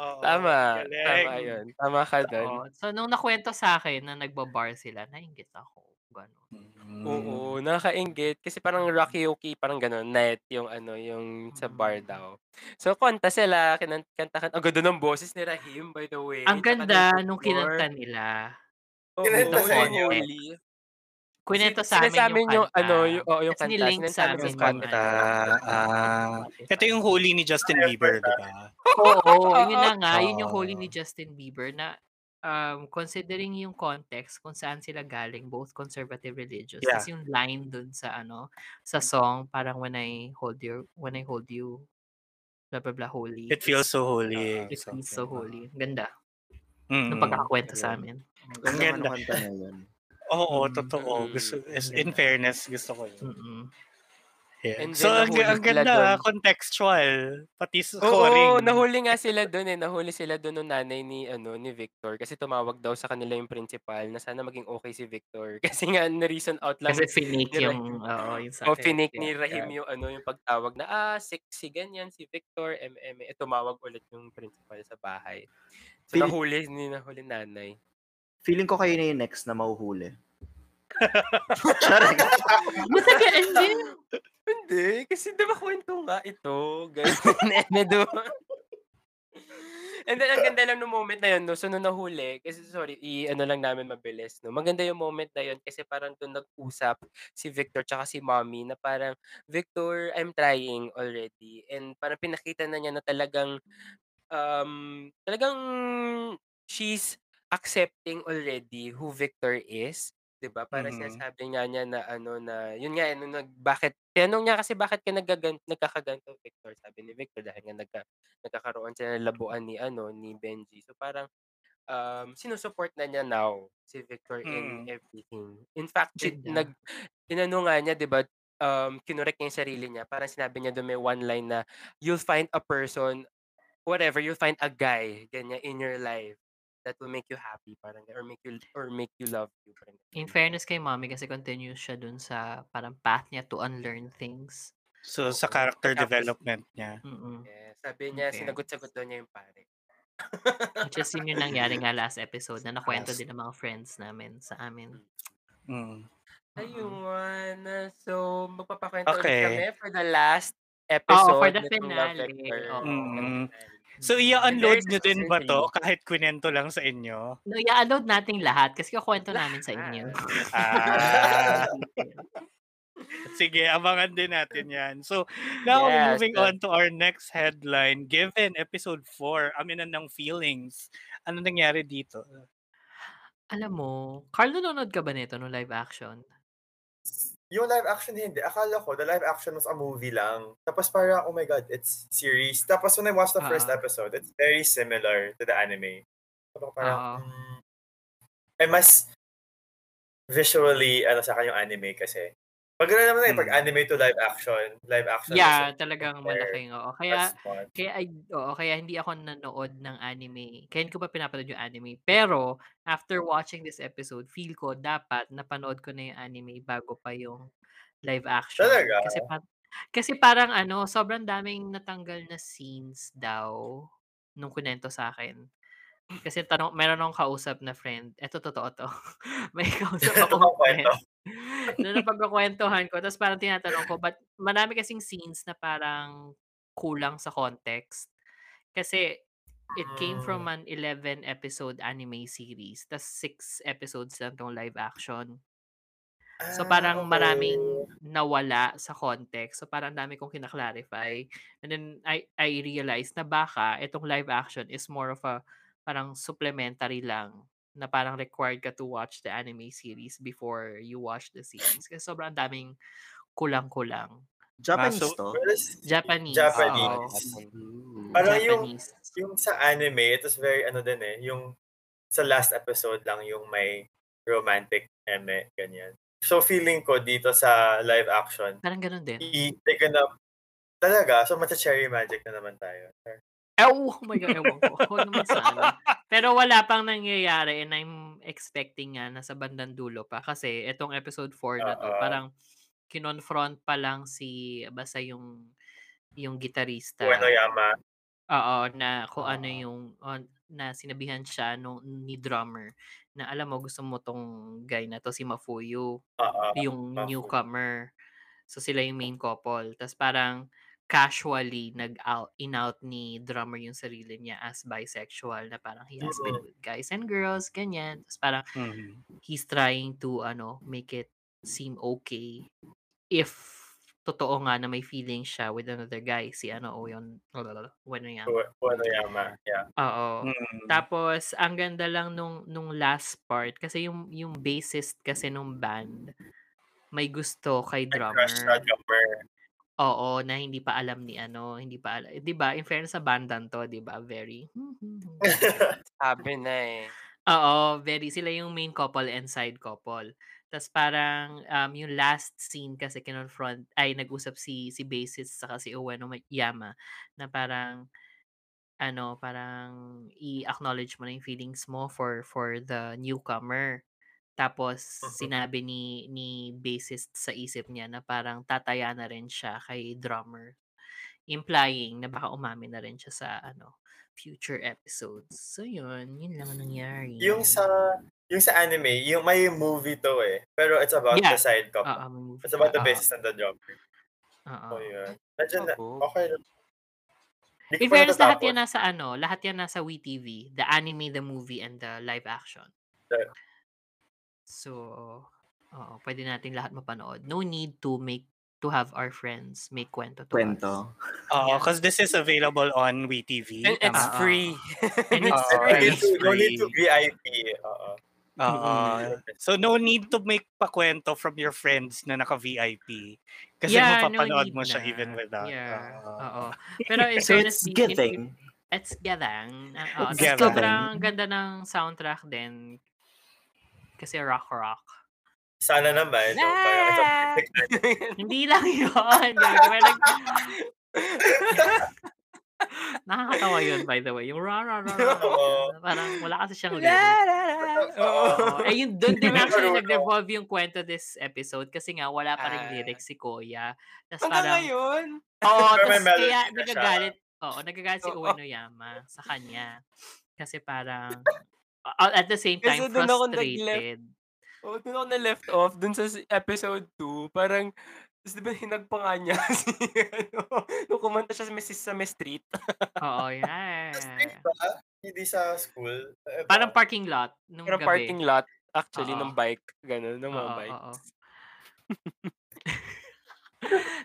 Oo,
Tama. Tama
galing.
yun. Tama ka dun.
Oo. So, nung nakwento sa akin na nagbabar sila, nainggit ako. Ganon. mm.
Oo, nakakaingit. Kasi parang Rocky Oki, parang gano'n, night yung ano, yung sa
Mm.
bar daw. So, kanta sila, kinan- kanta, kanta. Ang ganda ng boses ni Rahim, by the way.
Ang
tsaka ni
ganda nung
Victor.
kinanta nila.
Oo,
Kinanta sa
Holy
inyo?
Holy.
Kwento
Sin-
sa amin
sinasamin
yung
yung,
kanta.
ano, yung, oo, yung
Kasi
kanta.
nilink sa
sinasamin
amin
yung
yung ano.
kanta.
Ah, Ito yung huli ni Justin Bieber, diba? di ba?
Oo, yun na
Oo.
nga. Yun yung holy
Ah.
ni Justin Bieber na um, considering yung context kung saan sila galing, both conservative religious.
Yeah.
Tapos yung line dun sa ano, sa song, parang when I hold you, when I hold you, blah blah blah, holy.
It feels so holy.
It feels so holy. Ganda.
Mm.
Nung pagkakakwento sa amin.
Ang
ano,
ganda. Oo, totoo. Gusto, is- in fairness, gusto ko yun. Yeah.
Mm. And
So, ang,
then nahulog
ang
sila
ganda,
dun.
contextual. Pati scoring.
Oo, nahuli nga sila doon eh. Nahuli sila doon nung nanay ni, ano, ni Victor. Kasi tumawag daw sa kanila yung principal na sana maging okay si Victor. Kasi nga, na-reason out lang.
Kasi finake
ni Rahim.
yung, oo, yung
O,
oh,
sakit,
finake ni
yeah.
Rahim yung, ano, yung pagtawag na, ah, si, si ganyan, si Victor, MM. Eh, tumawag ulit yung principal sa bahay. So,
Feel-
nahuli, ni nahuli nanay.
Feeling ko kayo na yung next na mahuhuli.
Buta ka, hindi.
Hindi, kasi diba kwento nga ito. Ganyan, eh, do. And then, ang ganda lang nung moment na yun, no? So, nung nahuli, kasi sorry, i-ano lang namin mabilis, no? Maganda yung moment na yun kasi parang doon nag-usap si Victor tsaka si Mommy na parang, Victor, I'm trying already. And parang pinakita na niya na talagang, um, talagang she's accepting already who Victor is. 'di ba? Para
Mhm.
sinasabi niya niya na ano na, yun nga, ano, nag, bakit, tinanong niya kasi bakit ka nagagan, nagkakaganto, Victor, sabi ni Victor, dahil nga nagka, nagkakaroon sila ng labuan ni, ano, ni Benji. So parang, um, sinusupport na niya now si Victor
Mm.
in everything. In fact, chi-
Ganda.
nag, tinanong nga niya, 'di ba, um, kinorek niya yung sarili niya. Parang sinabi niya doon may one line na, you'll find a person, whatever, you'll find a guy, ganyan, in your life that will make you happy parang or make you or make you love you parang
In fairness kay mommy kasi continuous siya dun sa parang path niya to unlearn things.
So, sa character development niya.
Yeah, sabi niya,
Okay.
sinagot-sagot daw niya yung pare.
Which is yun yung nangyari nga last episode na nakwento
Last.
din ng mga friends namin sa amin.
Mm.
Ayun. uh, So, magpapakwento ulit
Okay.
kami for the last episode.
for the
nitong Love
finale.
Vector.
Mm. So, i-unload nyo din ba to kahit kwento lang sa inyo?
No, i-unload natin lahat kasi kukwento namin sa inyo.
Ah. Sige, abangan din natin yan. So, now
Yes,
moving
yes.
on to our next headline. Given episode 4, aminan ng feelings. Ano nangyari dito?
Alam mo, Carl, nanonood ka ba nito no live action?
Yung live action hindi. Akala ko, the live action was a movie lang. Tapos parang, oh my God, it's series. Tapos when I watched the first
Ah.
episode, it's very similar to the anime. Sabi ko Parang,
Oo.
mm, eh, mas visually, ano sa akin yung anime kasi. Pag ano naman na eh, pag
Hmm.
anime to live action, live action.
Yeah,
is-
talagang
there.
malaking oo. Kaya
That's smart.
kaya ay oo, kaya hindi ako nanood ng anime. Kaya hindi ko pa pinapanood yung anime. Pero after watching this episode, feel ko dapat napanood ko na yung anime bago pa yung live action.
Talaga?
Kasi pa- kasi parang ano, sobrang daming natanggal na scenes daw nung kunento sa akin. Kasi tanong, meron akong kausap na friend. Eto, totoo to. May kausap
Ano
akong friend. na napagkakwentuhan ko. Tapos parang tinatanong ko, but marami kasing scenes na parang kulang sa context. Kasi It came from an 11 episode anime series. tas 6 episodes lang tong live action. So
Ah,
parang maraming nawala sa context. So parang dami kong kinaklarify. And then I I realized na baka itong live action is more of a parang supplementary lang na parang required ka to watch the anime series before you watch the series. Kasi sobrang daming kulang-kulang.
Japanese Ah, so- to?
Japanese.
Japanese.
oo.
Parang yung,
Japanese.
yung sa anime, it was very ano din eh, yung sa last episode lang yung may romantic eme, ganyan. So feeling ko dito sa live action,
Parang ganun din.
i- they're gonna, talaga, so matcha cherry magic na naman tayo.
Eh, oh my God, ewan ko. Ako naman sana. Pero wala pang nangyayari and I'm expecting nga na sa bandang dulo pa kasi itong episode 4 na to,
Oo.
parang kinonfront pa lang si basta yung yung gitarista.
ano
Ueno Yama.
Oo, na kung ano yung on- na sinabihan siya nung ni drummer na alam mo gusto mo tong guy na to si Mafuyu,
Oo,
yung
Mafuyu.
newcomer. So sila yung main couple. Tapos parang casually nag-out in-out ni drummer yung sarili niya as bisexual na parang he has been
Mhm.
with guys and girls, ganyan. Tapos parang he's trying to ano make it seem okay if totoo nga na may feeling siya with another guy si ano o yun wano yan
Ue- Ueno Yama, yeah.
oo
Mm.
tapos ang ganda lang nung nung last part kasi yung yung bassist kasi nung band may gusto kay drummer
Crush na drummer.
oo na hindi pa alam ni ano hindi pa alam 'di ba in fairness sa bandan to 'di ba very hmm,
Sabi na eh.
Oo, very. Sila yung main couple and side couple. Tapos parang um, yung last scene kasi kinonfront, ay nag-usap si, si bassist saka si Ueno May- Yama na parang ano, parang i-acknowledge mo na yung feelings mo for for the newcomer. Tapos sinabi ni ni bassist sa isip niya na parang tataya na rin siya kay drummer implying na baka umamin na rin siya sa ano future episodes. So yun, yun lang ang nangyari.
Hmm, Yung sa yung sa anime, yung may movie to eh. Pero it's about
Yeah.
the side couple.
Oo, may movie
it's about the
to. Oo.
basis and the drummer.
Oo.
So, yun. Medyo na, okay. lang. Hindi ko
In
pa
fairness, lahat
natatapos.
yan nasa ano, lahat yan nasa WeTV. The anime, the movie, and the live action.
Yeah.
So, oo, pwede natin lahat mapanood. No need to make, to have our friends make kwento to us.
Kwento.
Oh, because this is available on WeTV.
And it's
tama?
free. Ah.
And it's
Oo, no
free.
need to- No need to VIP. eh. Oo.
Oo. So no need to make pakwento from your friends na naka-VIP. Kasi
Yeah, no
mapapanood
need
mo siya
na.
even without.
Yeah.
Oo.
Pero in
So,
fairness,
it's
di-
good
in-
thing.
It's gadang. Oo, tas
It's good
sobrang ganda ng soundtrack din. Kasi rock rock.
Sana naman. no? Parang it's a-
Hindi lang yun. Joke. May nag- Nakakatawa yun, by the way. Yung ra ra ra ra. ra. Parang wala kasi siyang lyrics. Oo. Eh, yun, doon din actually nag-revolve yung kwento this episode kasi nga wala pa rin lyrics si Kuya. Tas
Ah. Hanggang
parang-
ngayon?
Oo,
Pero may
tas
melody
kaya
na siya.
nagagalit. Oo, nagagalit si Ueno Yama sa kanya. Kasi parang, a- at the same time,
Kasi doon ako
frustrated.
nag-left. Oh, doon ako na left off dun sa s- episode 2. Parang tapos di ba hinagpa nga niya si ano, nung kumanta siya sa may, sa may street.
Oo, yeah.
Ah, Hindi sa school. Eh,
Parang parking lot nung gabi.
Parang parking lot actually
Oo.
ng bike. Ganun, ng mga
Oo,
bike.
oo.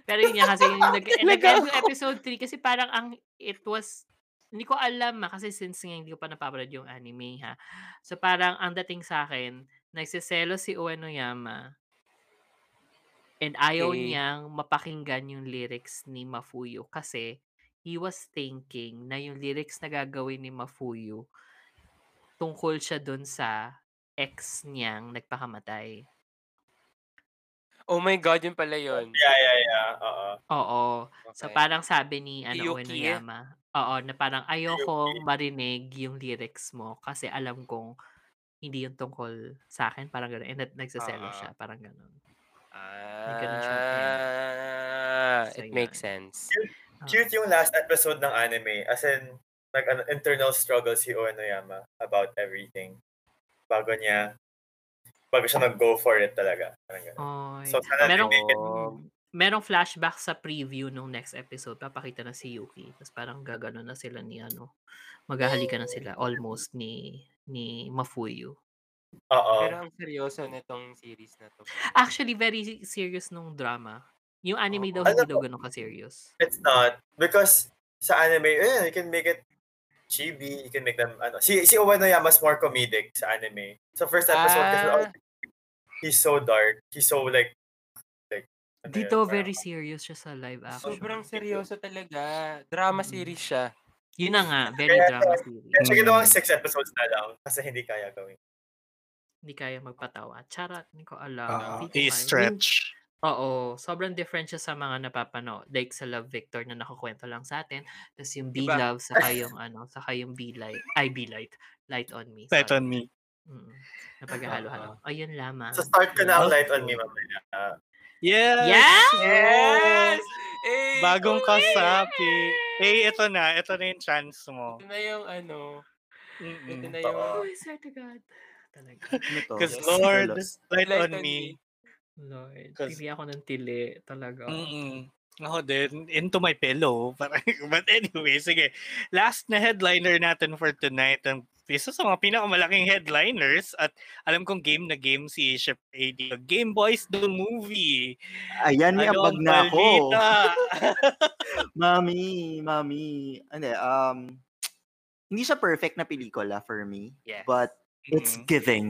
Pero yun nga kasi yung nag, eh, nag
Talaga
yung episode 3 kasi parang ang it was hindi ko alam ah, kasi since nga hindi ko pa napapanood yung anime ha. So parang ang dating sa akin, nagsiselo si Ueno Yama and ayaw
Okay.
niyang mapakinggan yung lyrics ni Mafuyu kasi he was thinking na yung lyrics na gagawin ni Mafuyu tungkol siya dun sa ex niyang nagpakamatay.
Oh my God, yun pala yun.
Yeah, yeah, yeah. Oo.
Ah. Oo. So
Okay.
parang sabi ni ano
Yuki.
Uenoyama, oo, na parang ayokong marinig yung lyrics mo kasi alam kong hindi yung tungkol sa akin, parang gano'n. And nag- nagsaselo
Ah.
siya, parang gano'n. May ganun siya.
Ah, it makes sense.
Cute yung last episode ng anime. As in, nag ano, internal struggle si Oenoyama about everything. Bago niya, bago siya nag-go for it talaga. Parang ganun.
Oh,
So, sana
merong,
they make it
merong flashback sa preview nung next episode. Papakita na si Yuki. Tapos parang gagano na sila ni ano. Maghahalikan na sila almost ni ni Mafuyu.
Oh.
Oo.
Pero ang seryoso nitong series na to.
Actually, very serious nung drama. Yung anime daw
Oo.
hindi
Ano
daw
to?
ganun ka-serious.
It's not. Because sa anime, eh, you can make it chibi, you can make them, ano. Si, si Uwano Yama's more comedic sa anime. So first episode, kasi,
Ah.
oh, he's so dark. He's so like, like, ano yun,
Dito,
parang-
very serious siya sa live action.
Sobrang seryoso talaga.
Mm.
Drama series siya.
Yun na nga, very drama series.
Kaya siya ginawa six episodes na lang kasi hindi kaya gawin.
Hindi kaya magpatawa. Charat, hindi ko alam.
Ah,
Hindi ko kaya.
i-stretch.
Oo, sobrano different siya sa mga napapano. Like sa Love Victor na nakukwento lang sa atin. Tapos yung
Diba?
B-Love, saka yung ano, saka yung B-Light. Ay, B-Light. Light on Me.
Light
sorry.
on me.
Mm, Napaghalo-halo. Ayun lamang.
So start ko na ang light on me mamaya. Ah,
Yes!
Yes!
Yes!
Eh,
Bagong
oh,
kasapi. Eh, ito na. Ito na yung chance mo.
Ito na yung ano. Ito na yung...
Oo.
Oh, I swear to God. Talaga.
Ano
Because Lord, light,
Light
on,
on
me.
Lord,
'Cause-
tili ako eh, ng tili. Talaga.
Mm.
Mm-mm. Ako din, into my pillow. Parang, but anyway, sige. Last na headliner natin for tonight. Ang isa sa mga pinakamalaking headliners at alam kong game na game si Ship AD. Game Boys the Movie.
Ayan, may
Ano
ambag
ang
na ako.
balita?
mami, mami. Ano eh, um, hindi siya perfect na pelikula for me.
Yes.
But it's
Mhm.
giving.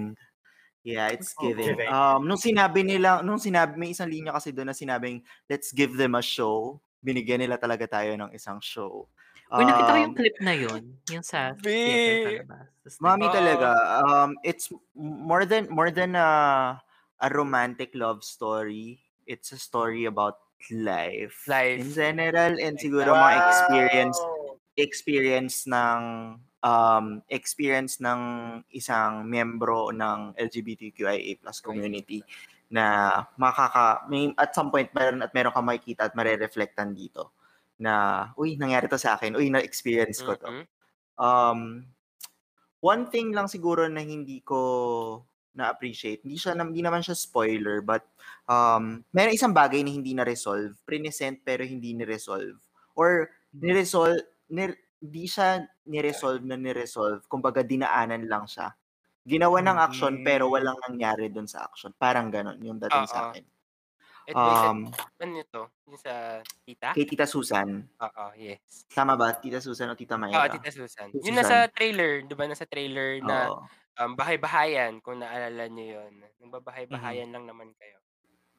Yeah, it's
Okay.
giving.
Giving.
Um, nung sinabi nila, nung sinabi, may isang linya kasi doon na sinabing, let's give them a show. Binigyan nila talaga tayo ng isang show.
Uy, nakita ko yung
Um,
clip na yun. Yung sa
Be-
theater palabas. Tas
Mami
nag-
talaga. Um, it's m- more than more than a a romantic love story. It's a story about life.
Life.
In general and siguro mga experience experience ng um experience ng isang miyembro ng LGBTQIA+ community na makaka may at some point meron at meron kang makikita at marereflectan dito na uy nangyari to sa akin uy na
Mm,
experience ko to
Mm-hmm.
um one thing lang siguro na hindi ko na-appreciate. Hindi siya nam- hindi naman siya spoiler but um may isang bagay na hindi na-resolve, present pero hindi ni-resolve or
Hmm.
ni-resolve ni- di siya ni-resolve na ni-resolve. Kumbaga dinaanan lang siya. Ginawa ng action
Hmm.
pero walang nangyari doon sa action. Parang ganon yung dating
Oo.
sa akin.
Ito yung sa-
Um,
ano ito? Yung sa tita?
Kay Tita Susan.
Oo, yes.
Tama ba? Tita Susan o Tita
Oo,
Mayra?
tita Susan.
Tita
Yun nasa trailer. Di ba nasa trailer na
Oo.
um, bahay-bahayan kung naalala niyo yun.
Mm.
Nagbabahay-bahayan lang naman kayo.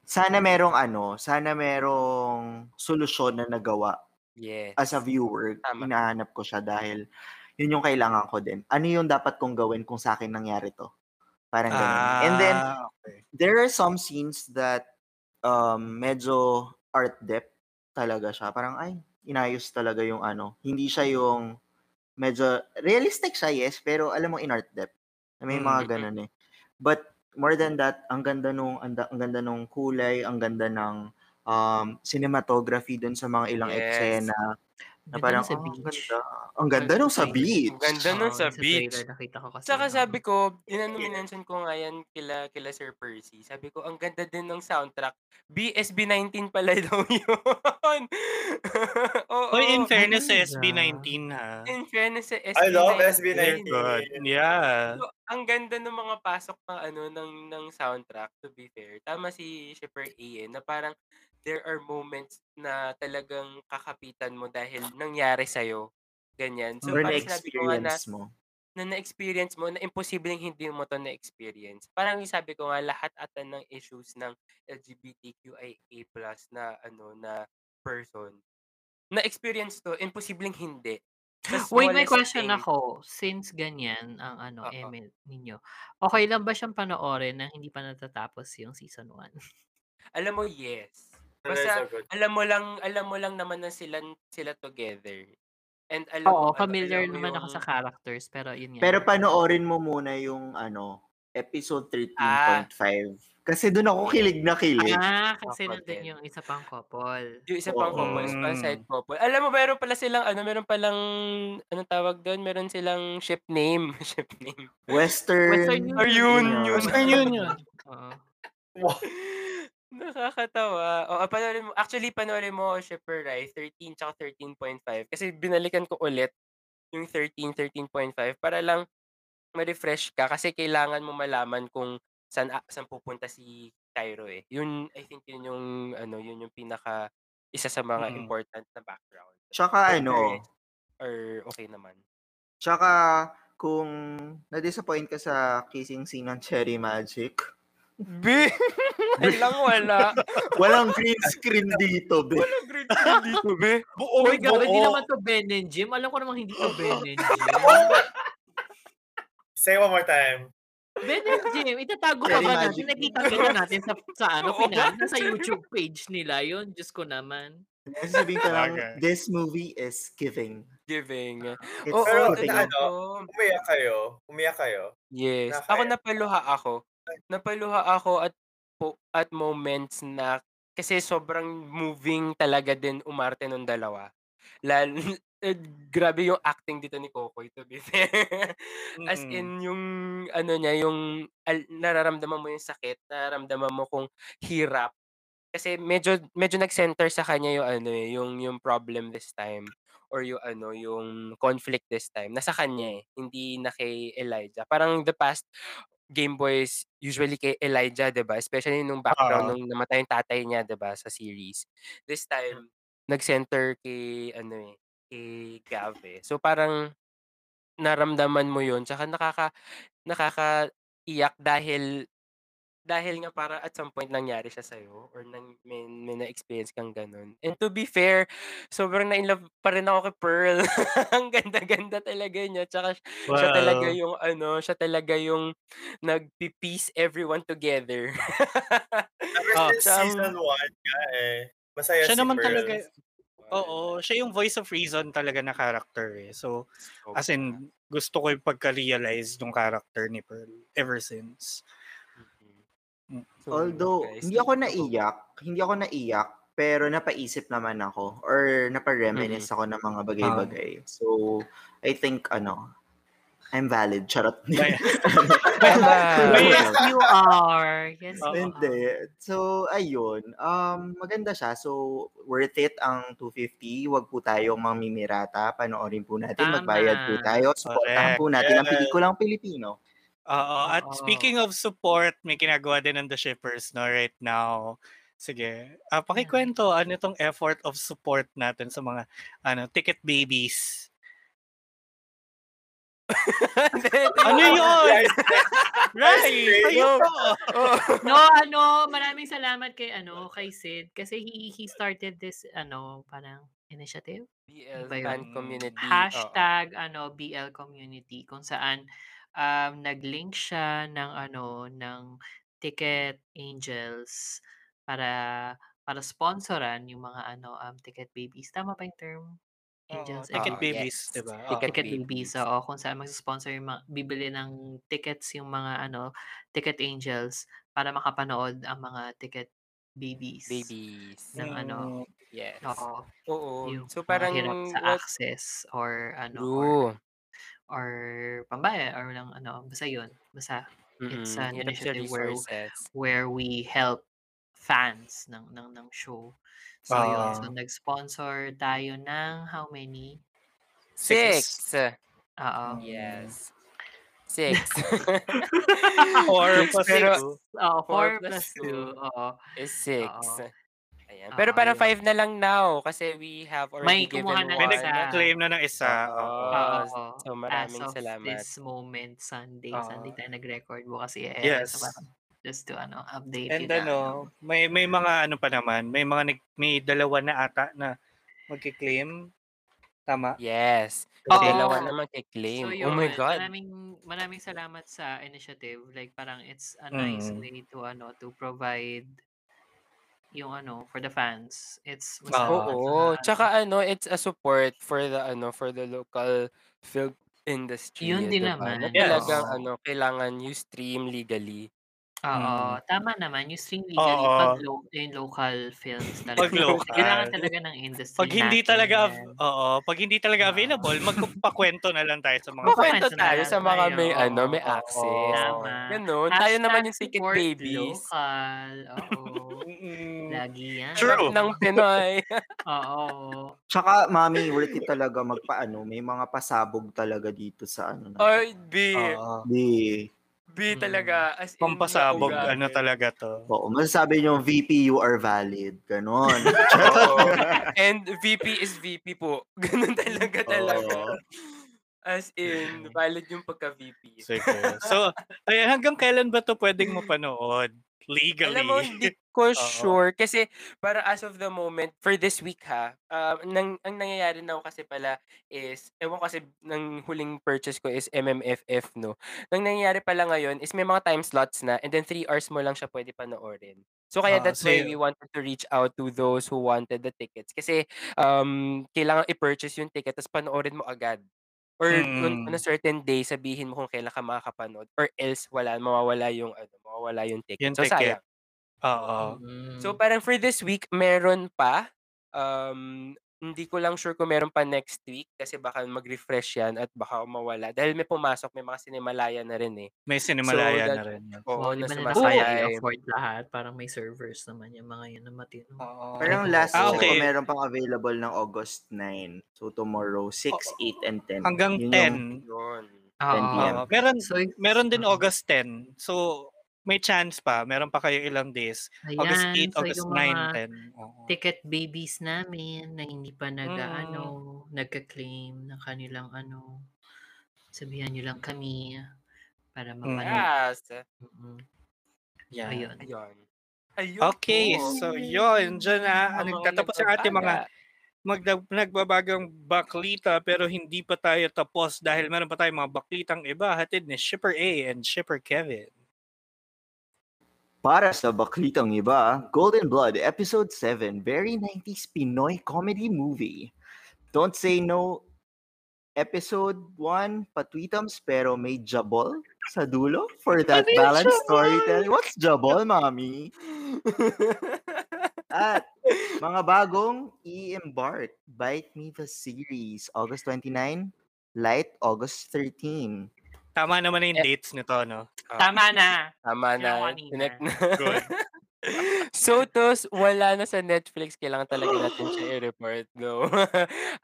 sana merong ano, sana merong solusyon na nagawa
Yes.
as a viewer. Inahanap ko siya dahil yun yung kailangan ko din. Ano yung dapat kong gawin kung sa akin nangyari to? Parang ganun. And then,
Ah,
there are some scenes that um, medyo art depth talaga siya. Parang, ay, inayos talaga yung ano. Hindi siya yung medyo realistic siya, yes, pero alam mo, in art depth. May mga
Mm.
ganun eh. But more than that, ang ganda nung ang, da- ang ganda nung kulay, ang ganda ng um, cinematography dun sa mga ilang
Yes.
eksena.
Ganda
Na parang,
nung sa
"Ah, ang
beach."
ganda. Ang ganda nung sa beach.
Ang ganda nun
Oo,
sa
yung
beach.
trailer nakita ko kasi.
Saka
no?
sabi ko, inano-mention ko nga yan kila, kila Sir Percy. Sabi ko, ang ganda din ng soundtrack. BSB 19 pala daw yun. Oo.
Hoy, in fairness sa
Ano
SB19 ha.
In fairness sa SB19.
I love SB19.
Good.
eh.
Yeah.
So,
Ah.
ang ganda ng mga pasok ng ano ng ng soundtrack to be fair. Tama si Shipper Ian na parang there are moments na talagang kakapitan mo dahil nangyari sa Ganyan. So,
Or
parang sinabi ko nga na,
na-experience mo.
na na-experience mo na imposibleng hindi mo to na-experience. Parang yung sabi ko nga, lahat ata ng issues ng LGBTQIA plus na ano na person, na-experience to, imposibleng hindi. Tas
Wait,
wala
may
sa
question
thing.
ako. Since ganyan ang ano,
Oo.
Emil ninyo, okay lang ba siyang panoorin na hindi pa natatapos yung season 1?
Alam mo, yes.
That's
Basta,
so good.
alam mo lang, alam mo lang naman na sila, sila together. And alam mo,
Oo,
ano,
familiar
alam mo
naman ako
yung-
sa characters, pero yun nga.
Pero panoorin mo muna yung ano, episode 13.5. Kasi doon ako kilig na kilig.
Ah, kasi
Couple
nandun
din.
yung isa pang couple.
Yung isa pang
Oo.
couple, isa pang side couple. Alam mo, meron pala silang, ano, meron palang, anong tawag doon? Meron silang ship name. ship name.
Western,
Western
Or
Union.
union.
Western Union.
Oo.
Nakakatawa. O, oh, panoorin mo. Actually, panoorin mo Shipper Rai 13 tsaka 13.5. Kasi binalikan ko ulit yung 13, 13.5 para lang ma-refresh ka kasi kailangan mo malaman kung saan, ah, saan pupunta si Cairo eh. Yun, I think yun yung, ano, yun yung pinaka isa sa mga
Mm.
important na background.
Tsaka ano,
Or okay naman.
tsaka kung na-disappoint ka sa kissing scene ng Cherry Magic,
B! lang wala.
walang green screen dito, be.
dito, be.
Oh
Buo,
Uy, gabi, hindi
buo.
naman to Ben and Jim. Alam ko namang hindi to Ben and Jim.
Say one more time.
Ben and Jim, itatago pa
Very
ba
magic.
natin? Nakita kita natin sa, sa ano,
Oo nga.
pinan, sa YouTube page nila yun. Diyos ko naman.
Sasabihin ka lang,
Bagay.
this movie is giving.
Giving.
It's
Oo,
Pero
giving.
ano, umiyak kayo. Umiyak kayo.
Yes.
Nakaya.
Ako napaluha ako. Napaluha ako at po, at moments na kasi sobrang moving talaga din umarte nung dalawa. Lalo, eh, grabe yung acting dito ni Kokoy to be fair. As
Mm.
in yung ano niya, yung al- nararamdaman mo yung sakit, nararamdaman mo kung hirap. Kasi medyo medyo nag-center sa kanya yung ano eh, yung yung problem this time or yung ano yung conflict this time nasa kanya eh hindi na kay Elijah parang the past Game Boys usually kay Elijah 'di ba especially nung
Ah.
background nung namatay yung tatay niya 'di ba sa series this time nag-center kay ano eh kay Gav eh so parang naramdaman mo yun tsaka nakaka nakakaiyak dahil dahil nga para at some point nangyari siya sa'yo or nang, may, may na-experience kang ganun. And to be fair, sobrang na-inlove pa rin ako kay Pearl. Ang ganda-ganda talaga niya. Tsaka siya- siya talaga
Wow.
yung ano, siya talaga yung nagpipiece everyone together.
Ever since
Tsaka-
season 1 nga eh. Masaya si
siya naman
Pearl.
talaga, oo, siya yung voice of reason talaga na character eh. So, as in, gusto ko yung pagka-realize ng character ni Pearl ever since.
Although, hindi ako naiyak, hindi ako naiyak, pero napaisip naman ako or napareminisce ako ng mga bagay-bagay.
Ah.
So, I think, ano, I'm valid. Charot.
yes, you are. Yes, you
Hindi. So, ayun. Um, maganda siya. So, worth it ang 250. Huwag po tayong mamimirata. Panoorin po natin.
Tama.
Magbayad po tayo. Supportahan po natin ang
Correct.
pelikulang Pilipino.
Oo, at
Ah.
speaking of support, may ginagawa din ng The Shippers no, right now. Sige, ah
Hmm.
pakikwento, ano itong effort of support natin sa mga ano ticket babies? ano
Ah,
yun? Right! Ayun
no, ano, maraming salamat kay ano, kay Sid kasi he he started this ano, parang initiative.
BL
Ba yun?
fan community. Mm, oo.
Hashtag ano BL community kung saan um naglink siya ng ano ng ticket angels para para sponsoran yung mga ano um ticket babies. Tama ba yung term? Angels.
ticket
Oo,
babies,
yes.
diba? Oo.
Ticket,
Ticket
babies. Oo, kung saan mag-sponsor yung mga, bibili ng tickets yung mga ano, ticket angels para makapanood ang mga ticket babies.
Babies.
Ng ano.
Yes.
Oo.
Oo.
Yung
So
mga
parang
hirap sa
what-
access or ano.
True.
Or, or pambaya or ng ano. Basta yun. Basta it's an
Mm-mm, hirap sa
initiative where,
resources.
where we help fans ng ng ng show. So yun. So
Ah.
nag-sponsor tayo ng how many?
Six.
Oo.
Yes. Six.
Four
Six,
plus
pero-
two. Oo, four plus two, oo.
Is six.
Oo.
Ayan.
Oo,
Pero parang
yun.
five na lang now kasi we have
May
already given
kumuha na
one.
isa. Pinag-claim
na ng isa.
Oo.
Oo.
So maraming
As of
salamat.
this moment, Sunday, Sunday tayo nag-record bukas i
Yes.
So parang just to ano, update
And
you na,
ano, may may mga ano pa naman, may mga nag, may dalawa na ata na magki-claim. Tama?
Yes.
Oo.
Dalawa naman kiklaim.
So,
oh my
yun,
God.
Maraming maraming salamat sa initiative. Like parang it's a nice
Mm.
way to ano to provide yung ano for the fans. It's mas
Ah,
ano,
Oo. Tsaka ano, it's a support for the ano, for the local film industry.
Yun
eh,
din
diba? Na
naman.
talagang
Yes.
ano, kailangan you stream legally.
Oo,
Mm.
tama naman. Yung stream legally,
Oo.
pag lo- yung local films talaga.
Pag local.
Kailangan talaga ng industry
Pag hindi
natin.
talaga,
oh,
oo, pag hindi talaga available, magpakwento na lang tayo sa mga
Magpakwento tayo sa mga
tayo.
may, ano, may
Oo.
access.
Tama.
Ganun. Tayo naman yung
Hashtag
ticket
support
babies.
Local. Oo. Lagi yan.
True. Oh. Ng Pinoy.
Oo.
Tsaka, mami, worth it talaga magpaano. May mga pasabog talaga dito sa ano. Na.
Or B.
Di.
B
Mm.
talaga. As in,
Pampasabog,
naugali.
ano talaga to.
Oo, masasabi niyo, VP, you are valid. Ganon.
And VP is VP po. Ganun talaga talaga. As in, valid yung pagka-VP.
Sige. So, ay, hanggang kailan ba to pwedeng mapanood? Legally.
Alam mo, hindi ko sure. Kasi, para as of the moment, for this week ha, ah, nang, ang nangyayari na ako kasi pala is, ewan ko kasi, ng huling purchase ko is MMFF, no? Nang nangyayari pala ngayon is may mga time slots na and then 3 hours mo lang siya pwede panoorin. So
Ah,
kaya that's why
so-
we wanted to reach out to those who wanted the tickets. Kasi um, kailangan i-purchase yung ticket tapos panoorin mo agad. Or
Mm.
on, on a certain day, sabihin mo kung kailan ka makakapanood. Or else, wala, mawawala yung, ano, mawawala yung ticket.
Yung
so,
ticket.
sayang.
Oo.
Mm.
Mm.
So parang for this week, meron pa. Um, hindi ko lang sure kung meron pa next week kasi baka mag-refresh yan at baka mawala. Dahil may pumasok, may mga sinimalaya na rin eh.
May sinimalaya na rin.
Oo,
di
na
ba na
sumasaya
nakaya
eh.
afford lahat? Parang may servers naman yung mga yun na matino.
Parang last
Ah, okay.
okay. meron pang available ng August 9. So, tomorrow, 6, 8, and 10.
Hanggang
Yun
10.
Yun.
Ah,
10 p.m.
Oo. meron, meron din August 10. So, may chance pa. Meron pa kayo ilang days. August
Ayan,
8,
so
August
yung
9,
mga
10. Oo.
ticket babies namin na hindi pa nag
Mm.
ano, nagka-claim ng kanilang ano. Sabihan niyo lang kami
Mm.
para mapanood.
Yes.
Yeah. Ayun.
Ayun.
Okay, so yun, dyan na
Ang mga
nagtatapos ang ating mga magda- nagbabagang baklita pero hindi pa tayo tapos dahil meron pa tayong mga baklitang iba hatid ni Shipper A and Shipper Kevin.
Para sa baklitang iba, Golden Blood Episode 7, very 90s Pinoy comedy movie. Don't say no Episode 1, patwitams pero may jabol sa dulo for that
Ano yung
balanced
jabol?
storytelling. What's jabol, mami?
Ah.
At mga bagong i-embark, Bite Me the Series, August 29, Light, August 13.
Hmm,
Tama naman na yung dates nito, no? Ah,
Ah,
Tama na.
Tama
Ginawa
na.
nila.
Connect na. so, tos, wala na sa Netflix. Kailangan talaga natin siya i-report, no?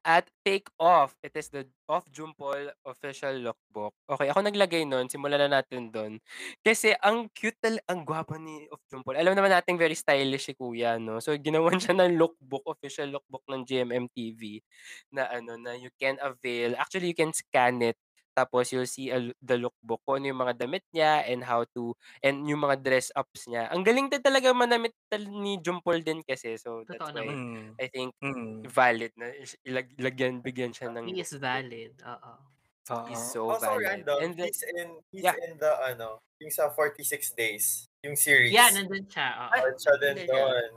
At Take Off. It is the Off Jumpol official lookbook. Okay, ako naglagay nun. Simulan na natin dun. Kasi ang cute tal- ang gwapo ni Off Jumpol. Alam naman natin very stylish si Kuya, no? So, ginawan siya ng lookbook, official lookbook ng GMM TV na ano, na you can avail. Actually, you can scan it tapos you'll see a, l- the lookbook kung ano yung mga damit niya and how to and yung mga dress ups niya. Ang galing din talaga manamit tal- ni Jumpol din kasi. So that's
Totoo
why
naman.
I think
Mm.
valid na is- ilag, lagyan bigyan siya ng
He is valid. Oo.
He's so
also
valid.
random,
And the-
Oh, he's in, he's in the, ano, yung sa 46 days, yung series.
Yeah, nandun siya. Oo.
Nandun siya din
Nandun siya.
doon.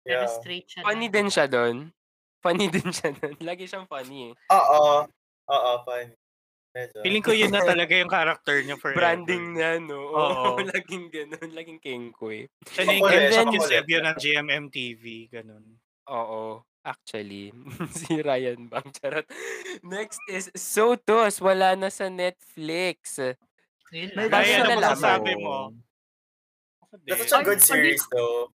Pero
Yeah.
straight siya. ano.
funny din siya doon. Funny din siya doon. Lagi siyang funny eh.
Oo. Oo, fine. Medyo.
Feeling ko yun na talaga yung character niya forever.
Branding niya, no?
Oo.
Oo. laging ganun. Laging kengkoy.
Siya na yung
And
Kevin
then-
Eusebio ng GMM TV, ganun.
Oo, actually. si Ryan Bang. Charot. Next is Sotos. Wala na sa Netflix.
May
Bago
Kaya
siya
ano
nalaman.
masasabi mo?
That's such a
Ay,
good
hindi-
series, though.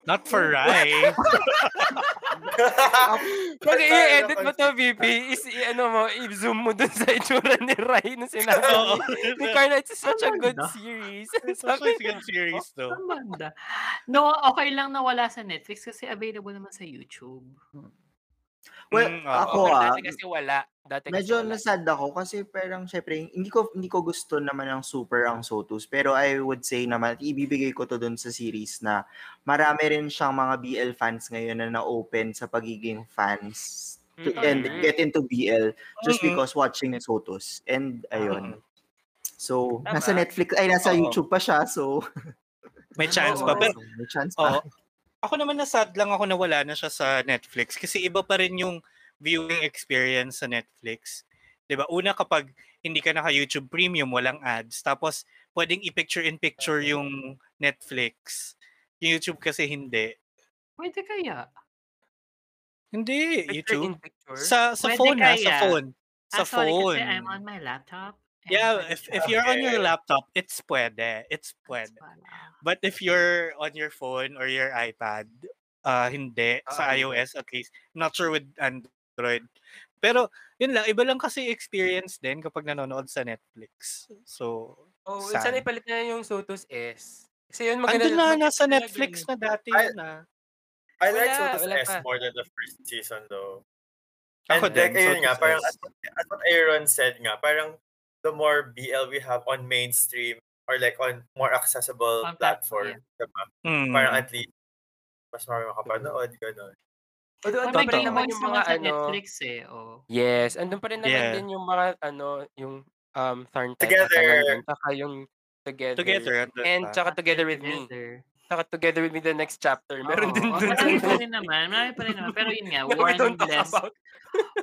Not for Rai.
Pag
ano,
i-edit mo to, VP, is, i- ano mo, i-zoom mo dun sa itsura ni Rai na sinabi
Oo.
ni- ni Carla. It's such a good
Maganda.
series.
It's such a good series, though.
Ang banda. No, okay lang na wala sa Netflix kasi available naman sa YouTube.
Hmm.
Well, ako ah,
"Oh, Dati kasi wala. Dati kasi
medyo
wala.
nasad ako kasi parang syempre hindi ko hindi ko gusto naman ang super ang Sotus pero I would say naman ibibigay ko to doon sa series na marami rin siyang mga BL fans ngayon na na-open sa pagiging fans to,
Mm-hmm.
and
Mhm.
get into BL just
Mhm.
because watching ni Sotus and ayun so
Mm-hmm. Tama.
nasa Netflix ay nasa
Oo.
YouTube pa siya so
May chance pa. Pero,
may chance
Ah.
pa. Ako naman na sad lang ako na wala na siya sa Netflix kasi iba pa rin yung viewing experience sa Netflix. 'Di ba? Una kapag hindi ka naka YouTube Premium, walang ads. Tapos pwedeng i-picture in picture yung Netflix. Yung YouTube kasi hindi.
Pwede kaya.
Hindi,
Picture in
YouTube.
picture?
Sa sa
Pwede
phone ha, sa
kaya?
phone. Sa
Ah, sorry,
phone.
Kasi I'm on my laptop. and
Yeah,
pwede
if
siya.
if you're on your laptop, it's pwede. It's pwede. But if you're on your phone or your iPad, uh, hindi.
Ah,
sa iOS at least. Not sure with Android. Pero, yun lang. Iba lang kasi experience din kapag nanonood sa Netflix. So,
Oh,
sad.
sana ipalit na yung Sotos S. Kasi yun maganda.
Andun na,
maganda
nasa
talaga
Netflix
yun.
na dati yun ah.
I like
Wala,
Sotos
wala
S
pa.
more than the first season though.
Ako
And like,
din,
ayun nga,
Sotos
parang
S.
at, at what Aaron said nga, parang the more BL we have on mainstream or like on more accessible
On
platform,
platform,
diba?
Mm.
Parang at least mas marami makapanood, gano'n.
Although,
Or
andun pa
may
rin naman
Boys
yung mga
naman sa
ano. Mm.
Netflix eh. Oh.
Yes, andun pa rin naman
Yeah.
din yung mga ano, yung um, Tharn Type.
Together.
Saka yung Together.
Together, ah. andun
And
pa.
saka Together With Me. Saka Together With Me the next chapter.
Oo,
Meron
oh,
din dun.
Marami pa rin naman. Marami pa rin naman. Pero yun nga,
Now we
one
don't talk
less,
about-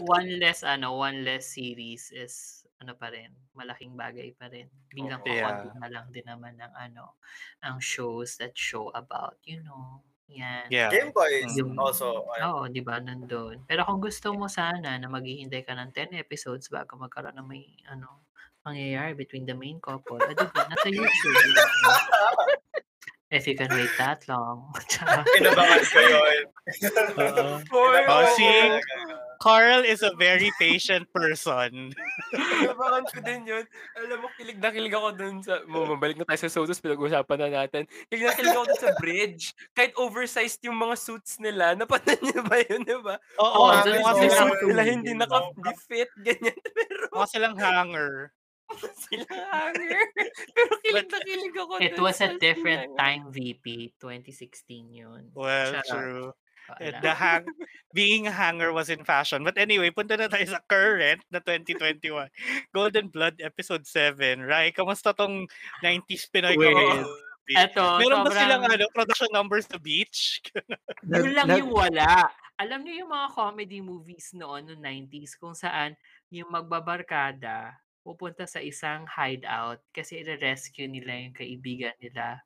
one less, ano, one less series is, ano pa rin, malaking bagay pa rin. Bilang
Oo.
kakonti
Yeah.
na lang din naman ng, ano, ang shows that show about, you know, yan.
Yeah.
Game Boy
Hmm.
is
Yung-
also on.
Oo, di ba, nandun. Pero kung gusto mo sana na maghihintay ka ng 10 episodes bago magkaroon ng may, ano, mangyayari between the main couple, ah, di ba, nasa YouTube. If you can wait that long.
Inabangan ko yun.
Hoy,
Oh,
oo,
see? Carl is a very patient person.
Nabakan ko din yun. Alam mo, kilig na kilig ako dun sa... Mabalik na tayo sa Sotos, pinag-usapan na natin. Kilig na kilig ako dun sa bridge. Kahit oversized yung mga suits nila. Napanan niyo ba yun, di ba?
Oo,
Mga
dun
kasi
ako.
suit nila hindi naka hindi fit, ganyan. Pero
Mukha silang hanger.
sila hanger. Pero kilig na kilig ako
It
dun
was
sa
a
scene
different
na yun.
time, VP. 2016 yun.
Well,
Charot. Oh,
true. Eh,
Wala.
The hang being a hanger was in fashion. But anyway, punta na tayo sa current na 2021. Golden Blood Episode 7. Rai, kamusta tong 90s Pinoy
Wait.
comedy?
Eto,
Meron ba
sobrang-
silang ano, production numbers to beach?
Yun lang
Nag-
yung wala. Alam niyo yung mga comedy movies noon noong 90s kung saan yung magbabarkada pupunta sa isang hideout kasi i-rescue nila yung kaibigan nila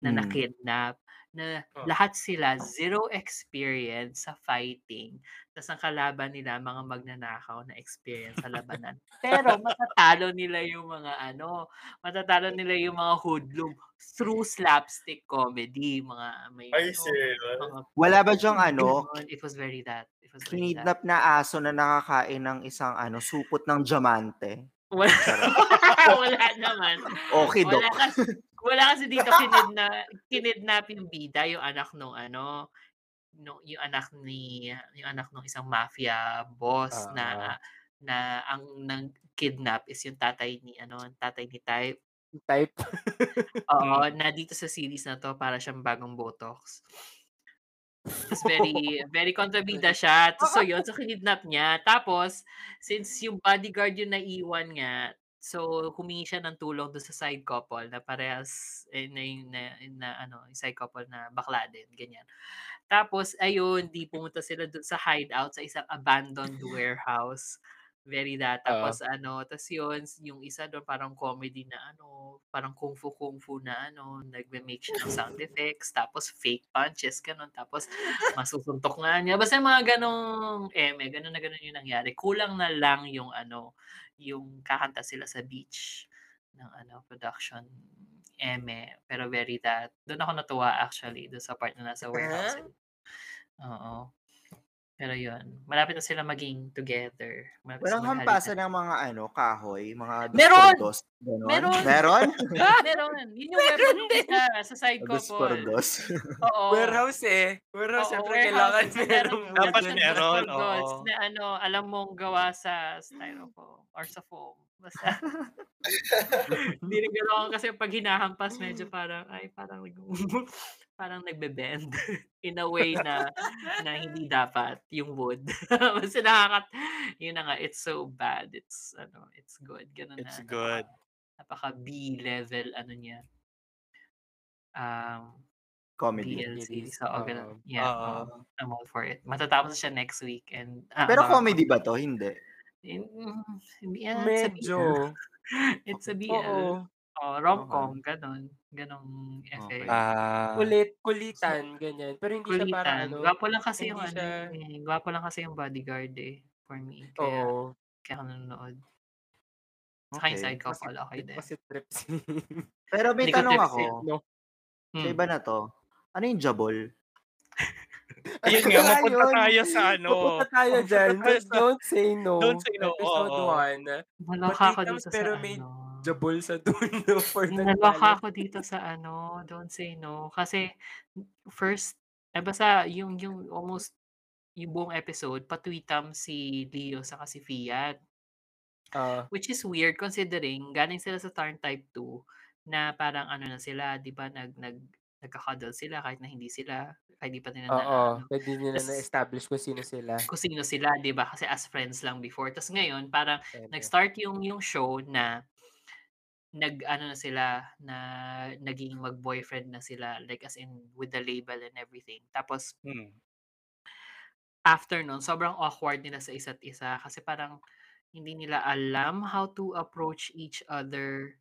na
Hmm.
nakidnap na
Oh.
lahat sila zero experience sa fighting tas ang kalaban nila mga magnanakaw na experience sa labanan pero matatalo nila yung mga ano matatalo nila yung mga hoodlum through slapstick comedy mga may
Ay,
ano,
serious?
mga
Wala ba dyang ano?
Ganon, It was very that. It
Mm-hmm.
was very that.
Kinidnap na aso na nakakain ng isang ano, supot ng diamante.
Wala, wala naman.
Okay, Doc.
Wala kasi, wala kasi dito kinidna, kinidnap yung bida, yung anak nung ano, no, yung anak ni yung anak ng isang mafia boss na
Ah.
na ang nang kidnap is yung tatay ni ano, tatay ni Ty.
Type.
Oo, na dito sa series na to para siyang bagong botox. Tapos very, very kontrabida siya. Tapos so yun, so kinidnap niya. Tapos, since yung bodyguard yung naiwan nga, so humingi siya ng tulong doon sa side couple na parehas, eh, na, yung- na, na, ano, yung side couple na bakla din, ganyan. Tapos, ayun, di pumunta sila doon sa hideout sa isang abandoned warehouse. Very that.
Oo.
Tapos ano, tapos yun, yung isa doon parang comedy na ano, parang kung fu kung fu na ano, nagme-make siya ng sound effects, tapos fake punches, ganun. Tapos masusuntok nga niya. Basta mga ganong eme, ganun na ganun yung nangyari. Kulang na lang yung ano, yung kakanta sila sa beach ng ano, production eme. Pero very that. Doon ako natuwa actually, doon sa part na nasa warehouse. sila. Oo. Pero yun, malapit na sila maging together. Malapit
Walang
sila maghalin
hampasan ng mga ano, kahoy, mga dos
Meron!
por dos, ganon.
Meron!
Meron?
Ah, meron. Yun yung meron din sa, sa side
Dos por
couple.
dos.
Oo.
Warehouse eh.
Oo,
Warehouse,
warehouse.
syempre kailangan
Meron-
merong
meron
Dapat
siyang
meron,
dos por dos
oo.
Na ano, alam mong gawa sa styrofoam or sa foam. Basta. Hindi rin ganoon kasi pag hinahampas, medyo parang, ay, parang, nag- parang nagbe-bend in a way na na hindi dapat yung wood. Basta nakakat, yun na nga, it's so bad. It's, ano, it's good. Ganun
It's
na.
good.
Napaka, napaka B level, ano niya. Um,
Comedy.
BL series. Oo,
oo.
ganun. Yeah,
Oo.
oo. I'm all for it. Matatapos siya next week. And, ah,
Pero
baka-
comedy ba to? Hindi.
Mm, mm, BL, it's a BL.
Medyo.
It's a BL.
Oo.
Oh, rom-com, ganun. Ganong effect.
Ah. Kulit, kulitan, ganyan. Pero hindi siya parang
Kulitan.
ano.
Gwapo lang kasi yung
hindi
ano,
siya-
eh, gwapo lang kasi yung bodyguard eh, for me. Kaya, kaya ako nanonood. Saka yung side couple, okay din.
Kasi trips.
Pero may
Hindi ko
tanong
trips
ako.
eh, no? Hmm.
Sa iba na to. Ano yung jabol?
Ayun nga, mapunta tayo sa ano.
Pupunta tayo dyan.
tayo sa-
Don't say no.
Don't say no,
Episode
oo.
1.
Naloka ako dito sa ano.
pero may jabol sa dulo for the
Naloka ako dito sa ano, don't say no. Kasi, first, eh basta yung, yung almost yung buong episode, patwitam si Leo sa si Fiat. Which is weird considering galing sila sa Tarn Type 2 na parang ano na sila, di ba, nag, nag, nagkakadal sila kahit na hindi sila, kahit di pa nila na-
Oo, pwede nyo na
Tas-
na-establish kung sino sila.
kung sino sila, 'di ba? Kasi as friends lang before. Tapos ngayon, parang nag-start yung yung show na nag ano na sila na naging mag-boyfriend na sila like as in with the label and everything. Tapos after nun, sobrang awkward nila sa isa't isa kasi parang hindi nila alam how to approach each other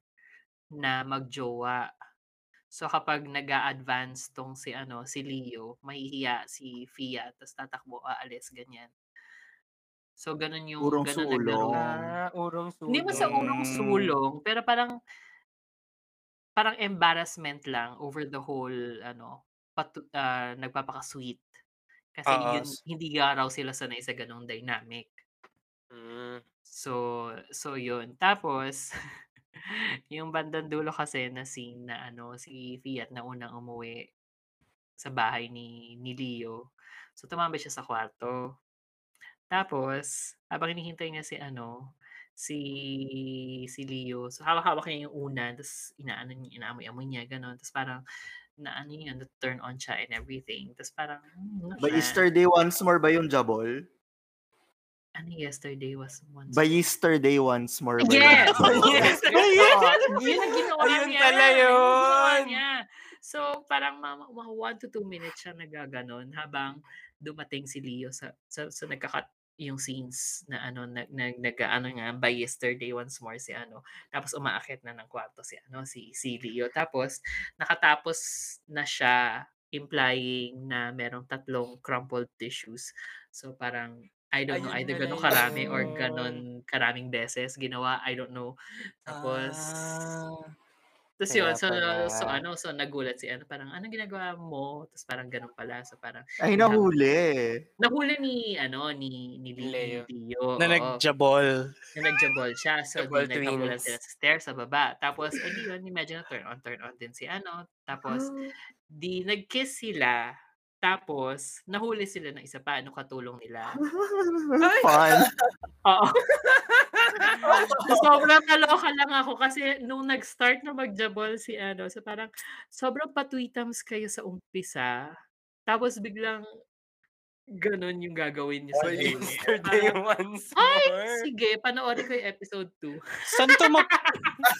na magjowa. So kapag nag advance tong si ano si Leo, mahihiya si Fia, tapos tatakbo aalis ganyan. So ganun yung
Urong
ganun naglaro.
sulong.
Ah, urong sulong.
Hindi mo sa urong sulong, pero parang parang embarrassment lang over the whole ano patu- ah, nagpapaka-sweet. Kasi
Ah,
yun,
s-
hindi nga raw sila sanay sa ganong dynamic.
Mm.
So, so yun. Tapos, yung bandang dulo kasi na scene na ano, si Fiat na unang umuwi sa bahay ni, ni Leo. So, tumambay siya sa kwarto. Tapos, habang hinihintay niya si ano, si si Leo. So, hawak-hawak niya yung una, tapos inaano niya, inaamoy-amoy niya, ganun. Tapos parang, na ano yun, na-turn on siya and everything. Tapos parang, hmm, ano
By
siya?
yesterday once more ba yung jabol?
Ano yesterday was once.
By yesterday once more ba
Yes!
yung jabol?
yes! Oo, yun ang ginawa
oh Ayun
niya.
pala
Ayun ang ginawa
yun.
niya. So, parang mga mga one to two minutes siya nagaganon habang dumating si Leo sa, sa, sa nagkakat yung scenes na ano nag nag nag- ano nga by yesterday once more si ano tapos umaakyat na ng kwarto si ano si si Leo tapos nakatapos na siya implying na merong tatlong crumpled tissues so parang I don't know
Ayun
either
pala
ganun karami or
yun.
ganon karaming beses ginawa I don't know tapos
Ah,
tapos
Kaya
yun, so,
pala.
so ano, so nagulat si ano, parang anong ginagawa mo? Tapos parang ganun pala, so parang
Ay, nahuli.
nahuli ni ano ni ni Leo, Leo
Na
oo.
nagjabol.
na nagjabol siya. So di
Jabol
nagtabulan
twins.
sila sa stairs sa baba. Tapos eh di yun, imagine na turn on turn on din si ano. Tapos di nagkiss sila. Tapos nahuli sila ng isa pa, ano katulong nila.
Fun.
Oo. sobrang naloka lang ako kasi nung nag-start na magjabol si ano, so parang sobrang patwitams kayo sa umpisa. Tapos biglang ganun yung gagawin niyo sa
Ay,
dulo.
yesterday
Parang,
once
Ay,
more."
sige, panoorin ko yung episode 2.
Saan to mo,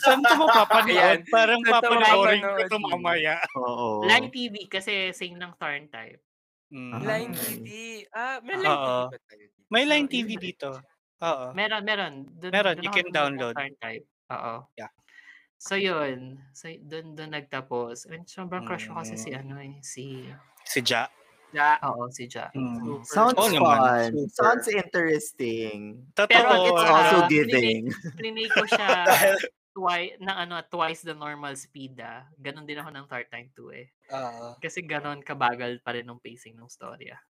saan to mo papanood?
Ayan.
Parang
Saan to
papanoorin ko
mapapanood?
ito mamaya.
Oo.
Line TV kasi same ng turn type.
Line TV. Ah, may line TV
Oo.
ba tayo?
Mm. May line TV dito. Oo.
Meron, meron. Dun,
Meron,
dun
you
ako
can
nanonood ng
download.
Turn type. Oo.
Yeah.
So yun, so doon doon nagtapos. And sobrang crush ko kasi
Mm.
si ano eh, si
Si Ja.
Ja, oo, si Ja.
Mm.
Sounds
Oo naman,
fun.
super.
Sounds interesting.
Pero
But it's also
ah,
giving.
plinay- Plinay ko siya twice, ng ano, twice the normal speed ah. Ganon din ako ng third time too eh. Kasi ganon kabagal pa rin ng pacing ng story ah.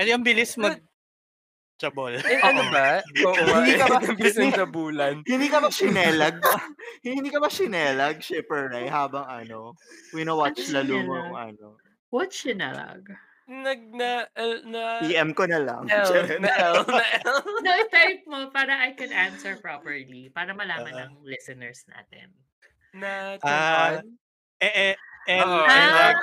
Kasi ang Ano bilis mag... Jabol.
Eh, ano ba? Oo,
Hindi ka ba-
nabis ng jabulan.
Hindi ka ba shinelag? Hindi ka ba shinelag, Shipper Ray, habang ano, winawatch
Ano
lalo mo
shinelag?
ang ano.
What shinalag?
Nag na, el, na,
E,
PM E ko na lang.
L, na L, na L.
no, type mo para I can answer properly. Para malaman
Uh-huh.
ng listeners natin.
na,
Ah, eh, eh, L,
Oo.
L,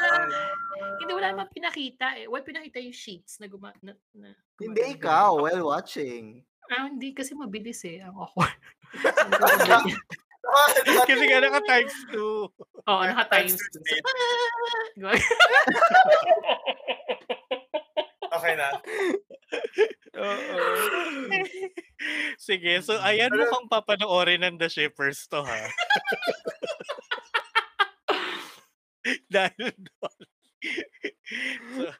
Ah, hindi, wala naman pinakita eh. Well, pinakita yung sheets na guma... Na, na,
Hindi ikaw, while watching.
Ah, hindi kasi mabilis eh. Ang awkward.
Kasi nga naka times 2.
Oo, naka-times two.
Okay na.
Oo. Mm.
Sige, so ayan mukhang papanoorin ng The Shippers to ha. Dahil doon. so,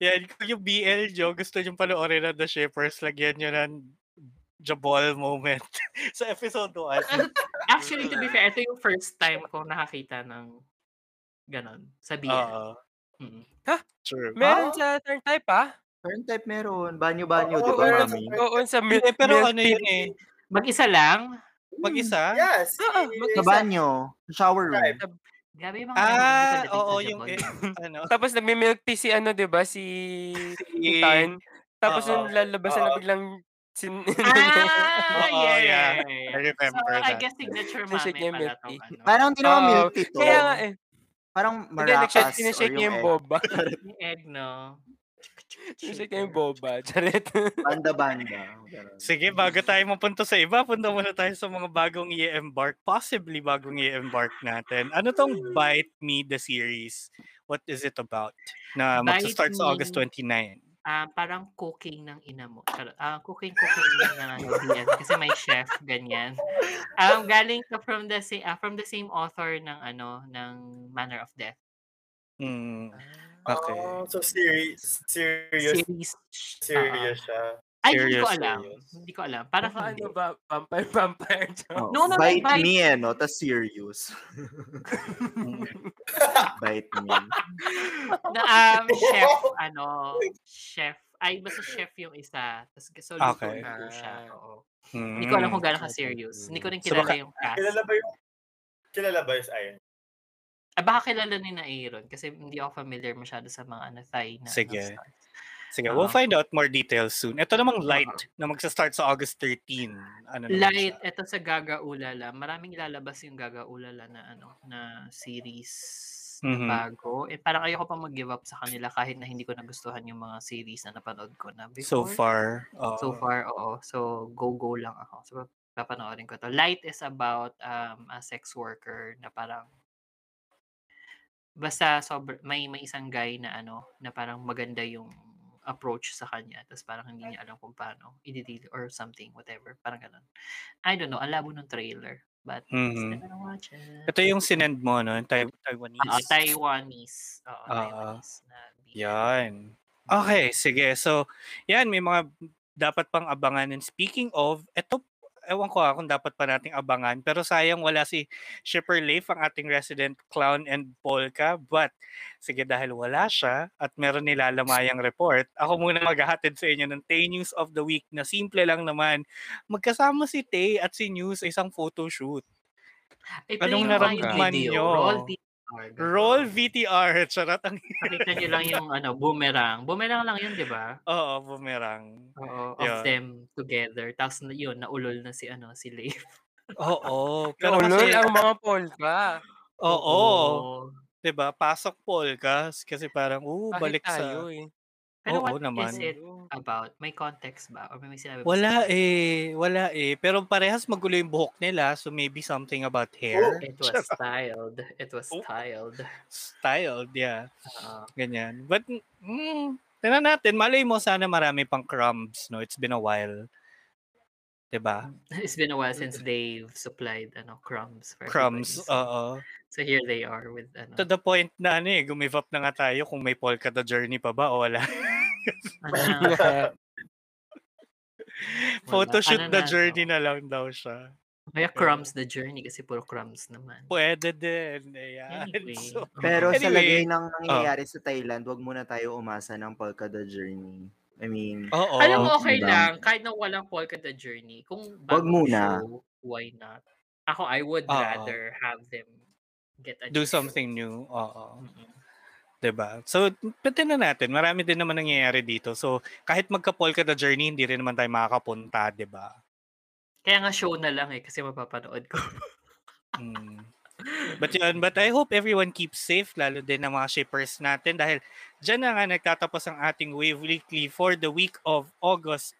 yan, kung yung BL nyo, gusto nyo panoorin na The Shippers, lagyan nyo ng Jabol moment sa episode 1.
Actually, to be fair, ito yung first time ko nakakita ng ganon sa BL.
Oo. Hmm.
Mm.
Ha?
True.
Meron sa turn type, ah. ha?
Turn type meron. Banyo-banyo,
Oo,
di ba,
meron
mami?
sa- Oo, sa mil-
Eh, pero
milk
ano yun
tea.
eh.
Mag-isa lang?
Mag-isa?
Yes.
Oo,
Sa banyo. Sa shower room.
Gabi yung mga
Ah,
ganun dito
oo,
sa
yung
Jabol.
ano.
Tapos nagme-milk tea si ano, di ba? Si si Ah! Tarn. Tapos
Oo.
nung lalabasan na
Oo.
biglang sin...
Ah,
Oo,
yeah,
yeah.
yeah,
I remember
so, I
that.
guess signature mami
Kasi niya yung
pala
milk
tong
tea.
ano.
Parang hindi naman
Oo.
milk tea to.
Oh, Kaya nga eh.
Parang
Hindi, nag-shake,
maracas. or
sinashake niya yung
egg.
boba.
Yung egg, no?
sinashake niya yung boba. Charit.
Banda-banda. Ganun.
Sige, bago tayo mapunta sa iba, punta muna tayo sa mga bagong i-embark, possibly bagong i-embark natin. Ano
Hmm.
tong Bite Me the series? What is it about? Na
Bite
magsa-start sa
Me.
August 29.
Ah, parang cooking ng ina mo. Charot. Ah, cooking cooking ng mga Indian kasi may chef ganyan. Um galing to from the same from the same author ng ano ng Manner of Death
Mm.
Ah.
Okay.
Oh, so serious. Serious.
series.
Serious siya.
Ay, hindi ko
Serious,
alam.
serious.
Hindi ko alam. Parang
Baka
hindi.
ano ba? Vampire, vampire.
Oh,
No, no, no,
bite,
bite-
me, eh, no? Tas serious. bite me.
Na, um, chef, ano, chef. Ay, basta chef yung isa. Tapos so, luto
Okay.
luto siya. Oo.
Mm.
Hindi ko alam kung gano'ng ka-serious. Hindi ko rin
So,
kilala
baka-
yung cast.
Kilala ba yung... Kilala ba yung Iron?
Ah, baka kilala ni na Aaron kasi hindi ako familiar masyado sa mga ano, Thai na. ano,
Sige.
stars.
Sige,
Ah.
we'll find out more details soon. Ito namang light na magsa-start sa August 13. Ano naman
Light,
siya?
eto sa Gaga Ulala. Maraming ilalabas yung Gaga Ulala na ano, na series na
Mhm.
bago. Eh, parang ayoko pa mag-give up sa kanila kahit na hindi ko nagustuhan yung mga series na napanood ko na before.
So far. oo.
So far, oo. So, go-go lang ako. So, papanoorin ko to. Light is about um, a sex worker na parang basta sobr- may may isang guy na ano na parang maganda yung approach sa kanya tapos parang hindi niya alam kung paano i-deal or something whatever parang ganun I don't know ang labo ng trailer but I'm still
Mhm.
gonna watch it
Ito yung sinend mo, no? Yung Tai- Taiwanese.
Ah, Taiwanese oo
Ah.
Taiwanese na BL.
Yan. Okay, sige. So, yan, may mga dapat pang abangan. And speaking of, eto, ewan ko ah, kung dapat pa nating abangan. Pero sayang wala si Shipper Leif, ang ating resident clown and polka. But, sige, dahil wala siya at meron nilalamayang report, ako muna maghahatid sa inyo ng Tay News of the Week na simple lang naman. Magkasama si Tay at si News sa isang photoshoot.
Ito yung
Anong
mga
naramdaman
video,
nyo?
roll VTR, ganun.
Roll VTR! Charot ang...
Pakita nyo lang yung ano, boomerang. Boomerang lang yun, di ba?
Oo, bumerang.
Oo,
Yun.
of them together. Tapos na- yun, naulol na si ano, si Leif.
Oo. Pero
Ulol
kasi-
Oh, ang mga polka.
Oo. 'Di ba? Pasok poll ka kasi parang, oo,
Kahit
balik
tayo
sa...
eh.
Pero
Oo
what
naman.
is it about? May context ba? Or may sinabi ba
Wala
sila?
eh, wala eh. Pero parehas magulo yung buhok nila, so maybe something about hair.
It was styled. It was styled.
Styled, Oh. yeah.
Oo.
Ganyan. But, mm, tingnan natin, malay mo sana marami pang crumbs, no? It's been a while. 'Di ba?
It's been a while since they've supplied ano crumbs for
Mm. Crumbs,
everybody. So-
oo.
So here they are with ano.
To the point na ano eh, gumive up na nga tayo kung may polka the journey pa ba o wala.
ano,
Photoshoot
Ano
the
na,
journey na lang daw siya.
kaya crumbs the journey kasi puro crumbs naman.
Pwede din. Ayan.
Anyway.
So,
Pero sa lagay
Anyway,
ng nangyayari sa Thailand, wag muna tayo umasa ng Polka the Journey. I mean,
oo.
Alam mo, okay
diba?
lang. Kahit na walang polka the journey. Kung
Wag
bagong
muna.
show, why not? Ako, I would
Oo.
rather have them get a new
Do
show.
something new. Oo.
Mm-mm.
'Di ba? So, pati na natin. Marami din naman nangyayari dito. So, kahit magka-polka the journey, hindi rin naman tayo makakapunta, 'di ba?
Kaya nga show na lang eh, kasi mapapanood ko.
Mm. But yun, but I hope everyone keeps safe, lalo din ng mga shippers natin dahil dyan na nga nagtatapos ang ating Wave Weekly for the week of August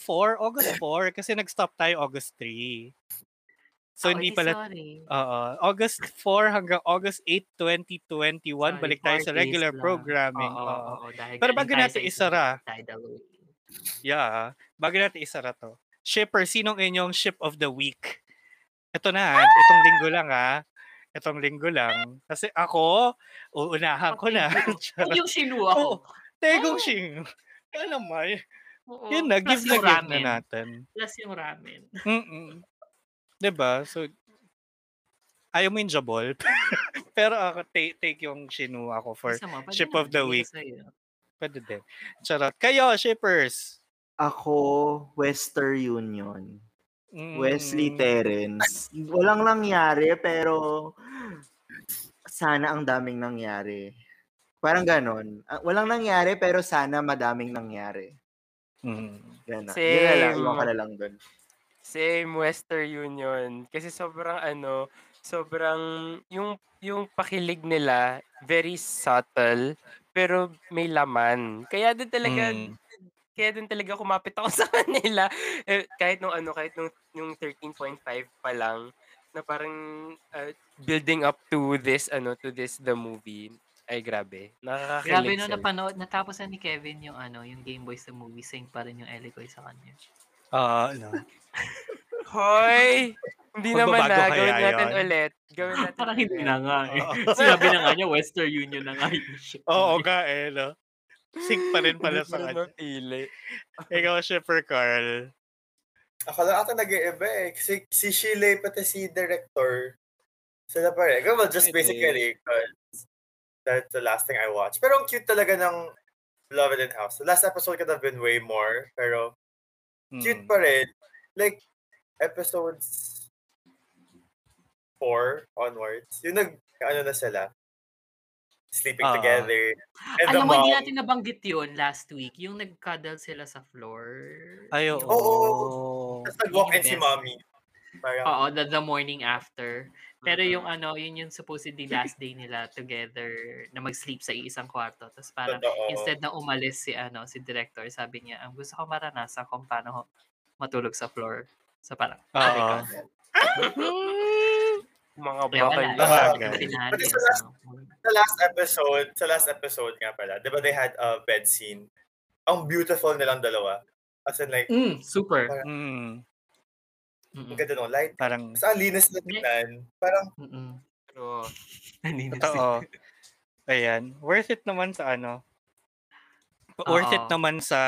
4, August 4, kasi nag-stop tayo August 3.
Ako,
So, hindi
eh,
pala
Sorry.
Oo. August 4 hanggang August 8, 2021.
Sorry,
Balik tayo
four
sa
days
regular
lang.
programming.
Oo,
Oo.
oo, oo, dahil
Pero
galing
bago
tayo eh. sa
natin
isang
isara.
tidal wave.
Yeah. Bago natin isara to. Shipper, sinong inyong ship of the week? Ito na. ah. Itong linggo lang ha.
itong linggo lang. Kasi ako, uunahan ko na.
Yung sinu ako.
Tegong sing. Alam mo, eh. yun na, give
Plus
na
yung
give na
ramen.
natin.
Plus yung ramen.
Mm-mm. 'Di ba? So, ayaw mo yung jabol. Pero ako, take, take yung sinuha ko for
Isa mo, pwede
ship
naman
of the
dito
week.
sa'yo.
Pwede din. Charot. Kayo, shippers.
Ako, Western Union.
Mm.
Wesley Terrence. Walang nangyari, pero sana ang daming nangyari. Parang ganon. Ah, Walang nangyari, pero sana madaming nangyari.
Mm-hmm.
Ganon. Yun na lang.
Same.
Iwan ka na lang dun.
Same Western Union kasi sobrang ano, sobrang yung yung pakilig nila very subtle pero may laman. Kaya din talaga
Mm.
Mm.
kaya din talaga kumapit ako sa kanila Eh, kahit nung ano kahit nung nung 13.5 pa lang na parang uh, building up to this ano to this the movie. Ay grabe. Nakakakilig.
Grabe nung
sila.
napanood, natapos na ni Kevin yung ano, yung Game Boy sa movie, same pa rin yung Ellie ko sa kanya.
Ah, no.
Hoy! Hindi naman
Magbabago
na.
kaya
Gawin natin
yun?
ulit. Gawin natin
Parang hindi
ulit.
na nga eh.
Oo.
Sinabi na nga niya, Western Union na nga yung ship.
Oo ka, eh, no? Sink pa rin pala
Hindi
sa
pa rin
kanya. Ikaw, shipper Carl.
Ako lang ata nag-iiba eh. Kasi si Sheila eh, pati si director. Sila pare. Well, just
Pwede.
basically, uh, that's the last thing I watched. Pero ang cute talaga ng Love It in House. The last episode could have been way more. Pero
Hmm.
cute pa rin. Like, episodes 4 onwards. Yung nag, ano na sila. Sleeping
Ah.
together. And
Alam
the
mo, hindi
mom.
natin nabanggit yun last week. Yung nagkadal sila sa floor.
Ay, oo.
Tapos nag-walk in si mommy. Parang,
Oo, the, the morning after. Pero yung ano, yun yung supposedly last day nila together na mag-sleep sa iisang kwarto. Tapos parang
Totoo.
instead na umalis si ano, si director, sabi niya, ang gusto ko maranasan kung paano ho- matulog sa floor. So parang,
Oo.
Mga
Kaya wala.
bakal
Lahat,
Ah,
guys.
But sa last, sa last episode, sa last episode nga pala, di ba they had a bed scene? Ang beautiful nilang dalawa. As in like,
Mm, super.
Parang,
mm.
Ang ganda nung light.
Parang,
Tapos ang linis na tignan. Parang,
Pero,
Totoo. Ayan. Worth it naman sa ano.
Oo.
Worth it naman sa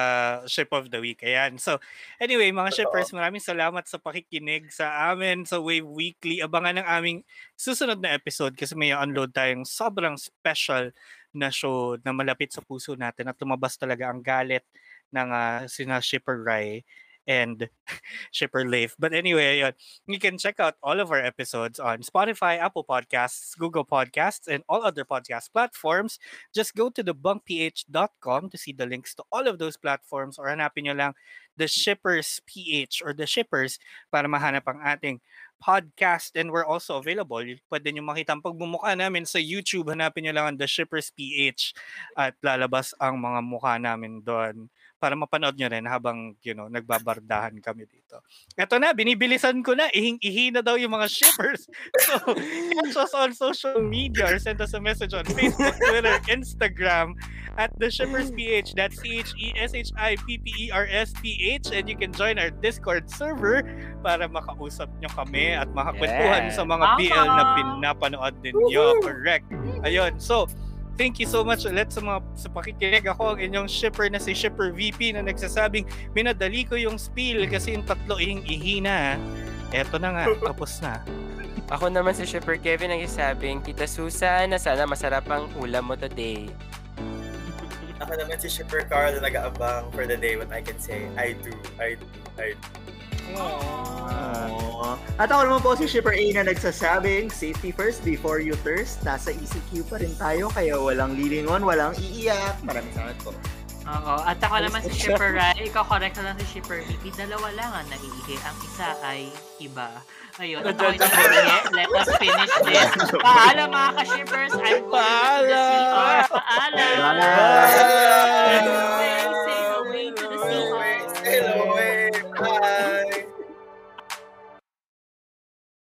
Ship of the Week. Ayan. So, anyway, mga shippers, maraming salamat sa pakikinig sa amin sa Wave Weekly. Abangan ang aming susunod na episode kasi may unload tayong sobrang special na show na malapit sa puso natin at lumabas talaga ang galit ng ah, sina Shipper Rai and Shipper Leif. But anyway, yun. You can check out all of our episodes on Spotify, Apple Podcasts, Google Podcasts, and all other podcast platforms. Just go to thebunkph.com to see the links to all of those platforms or hanapin nyo lang The Shippers PH or The Shippers para mahanap ang ating podcast and we're also available. Pwede nyo makita ang pagmumukha namin sa YouTube. Hanapin nyo lang ang The Shippers PH at lalabas ang mga mukha namin doon para mapanood nyo rin habang, you know, nagbabardahan kami dito. Eto na, binibilisan ko na. Ihing-ihi na daw yung mga shippers. So, catch us on social media or send us a message on Facebook, Twitter, Instagram at the Shippers PH. That's E C-H-E-S-H-I-P-P-E-R-S-P-H. And you can join our Discord server para makausap nyo kami at makakwentuhan
Yeah.
sa mga BL na pinapanood ninyo. Correct. Ayun. So, Thank you so much ulit sa mga sa pakikinig. Ako ang inyong shipper na si Shipper VP na nagsasabing minadali ko yung spiel kasi yung tatlo ing ihina. Eto na nga, tapos na.
Ako naman si Shipper Kevin ang isabing, Tita Susan, na sana masarap ang ulam mo today.
ako naman si Shipper Carl na nag-aabang for the day when I can say, I do, I do, I do.
Aww. Ah, At ako naman po si Shipper A na nagsasabing, safety first before you thirst. Nasa ECQ pa rin tayo, kaya walang lilingon, walang iiyak. Maraming salamat po.
Oo. At ako naman si Shipper Rai, ikaw correct na lang si Shipper VP. Dalawa lang ang naiihi. Ang isa ay iba. Ayun. At ako'y naiihi. Let us finish this. Paalam mga ka-shippers. I'm Paalam! Paalam!
Bye!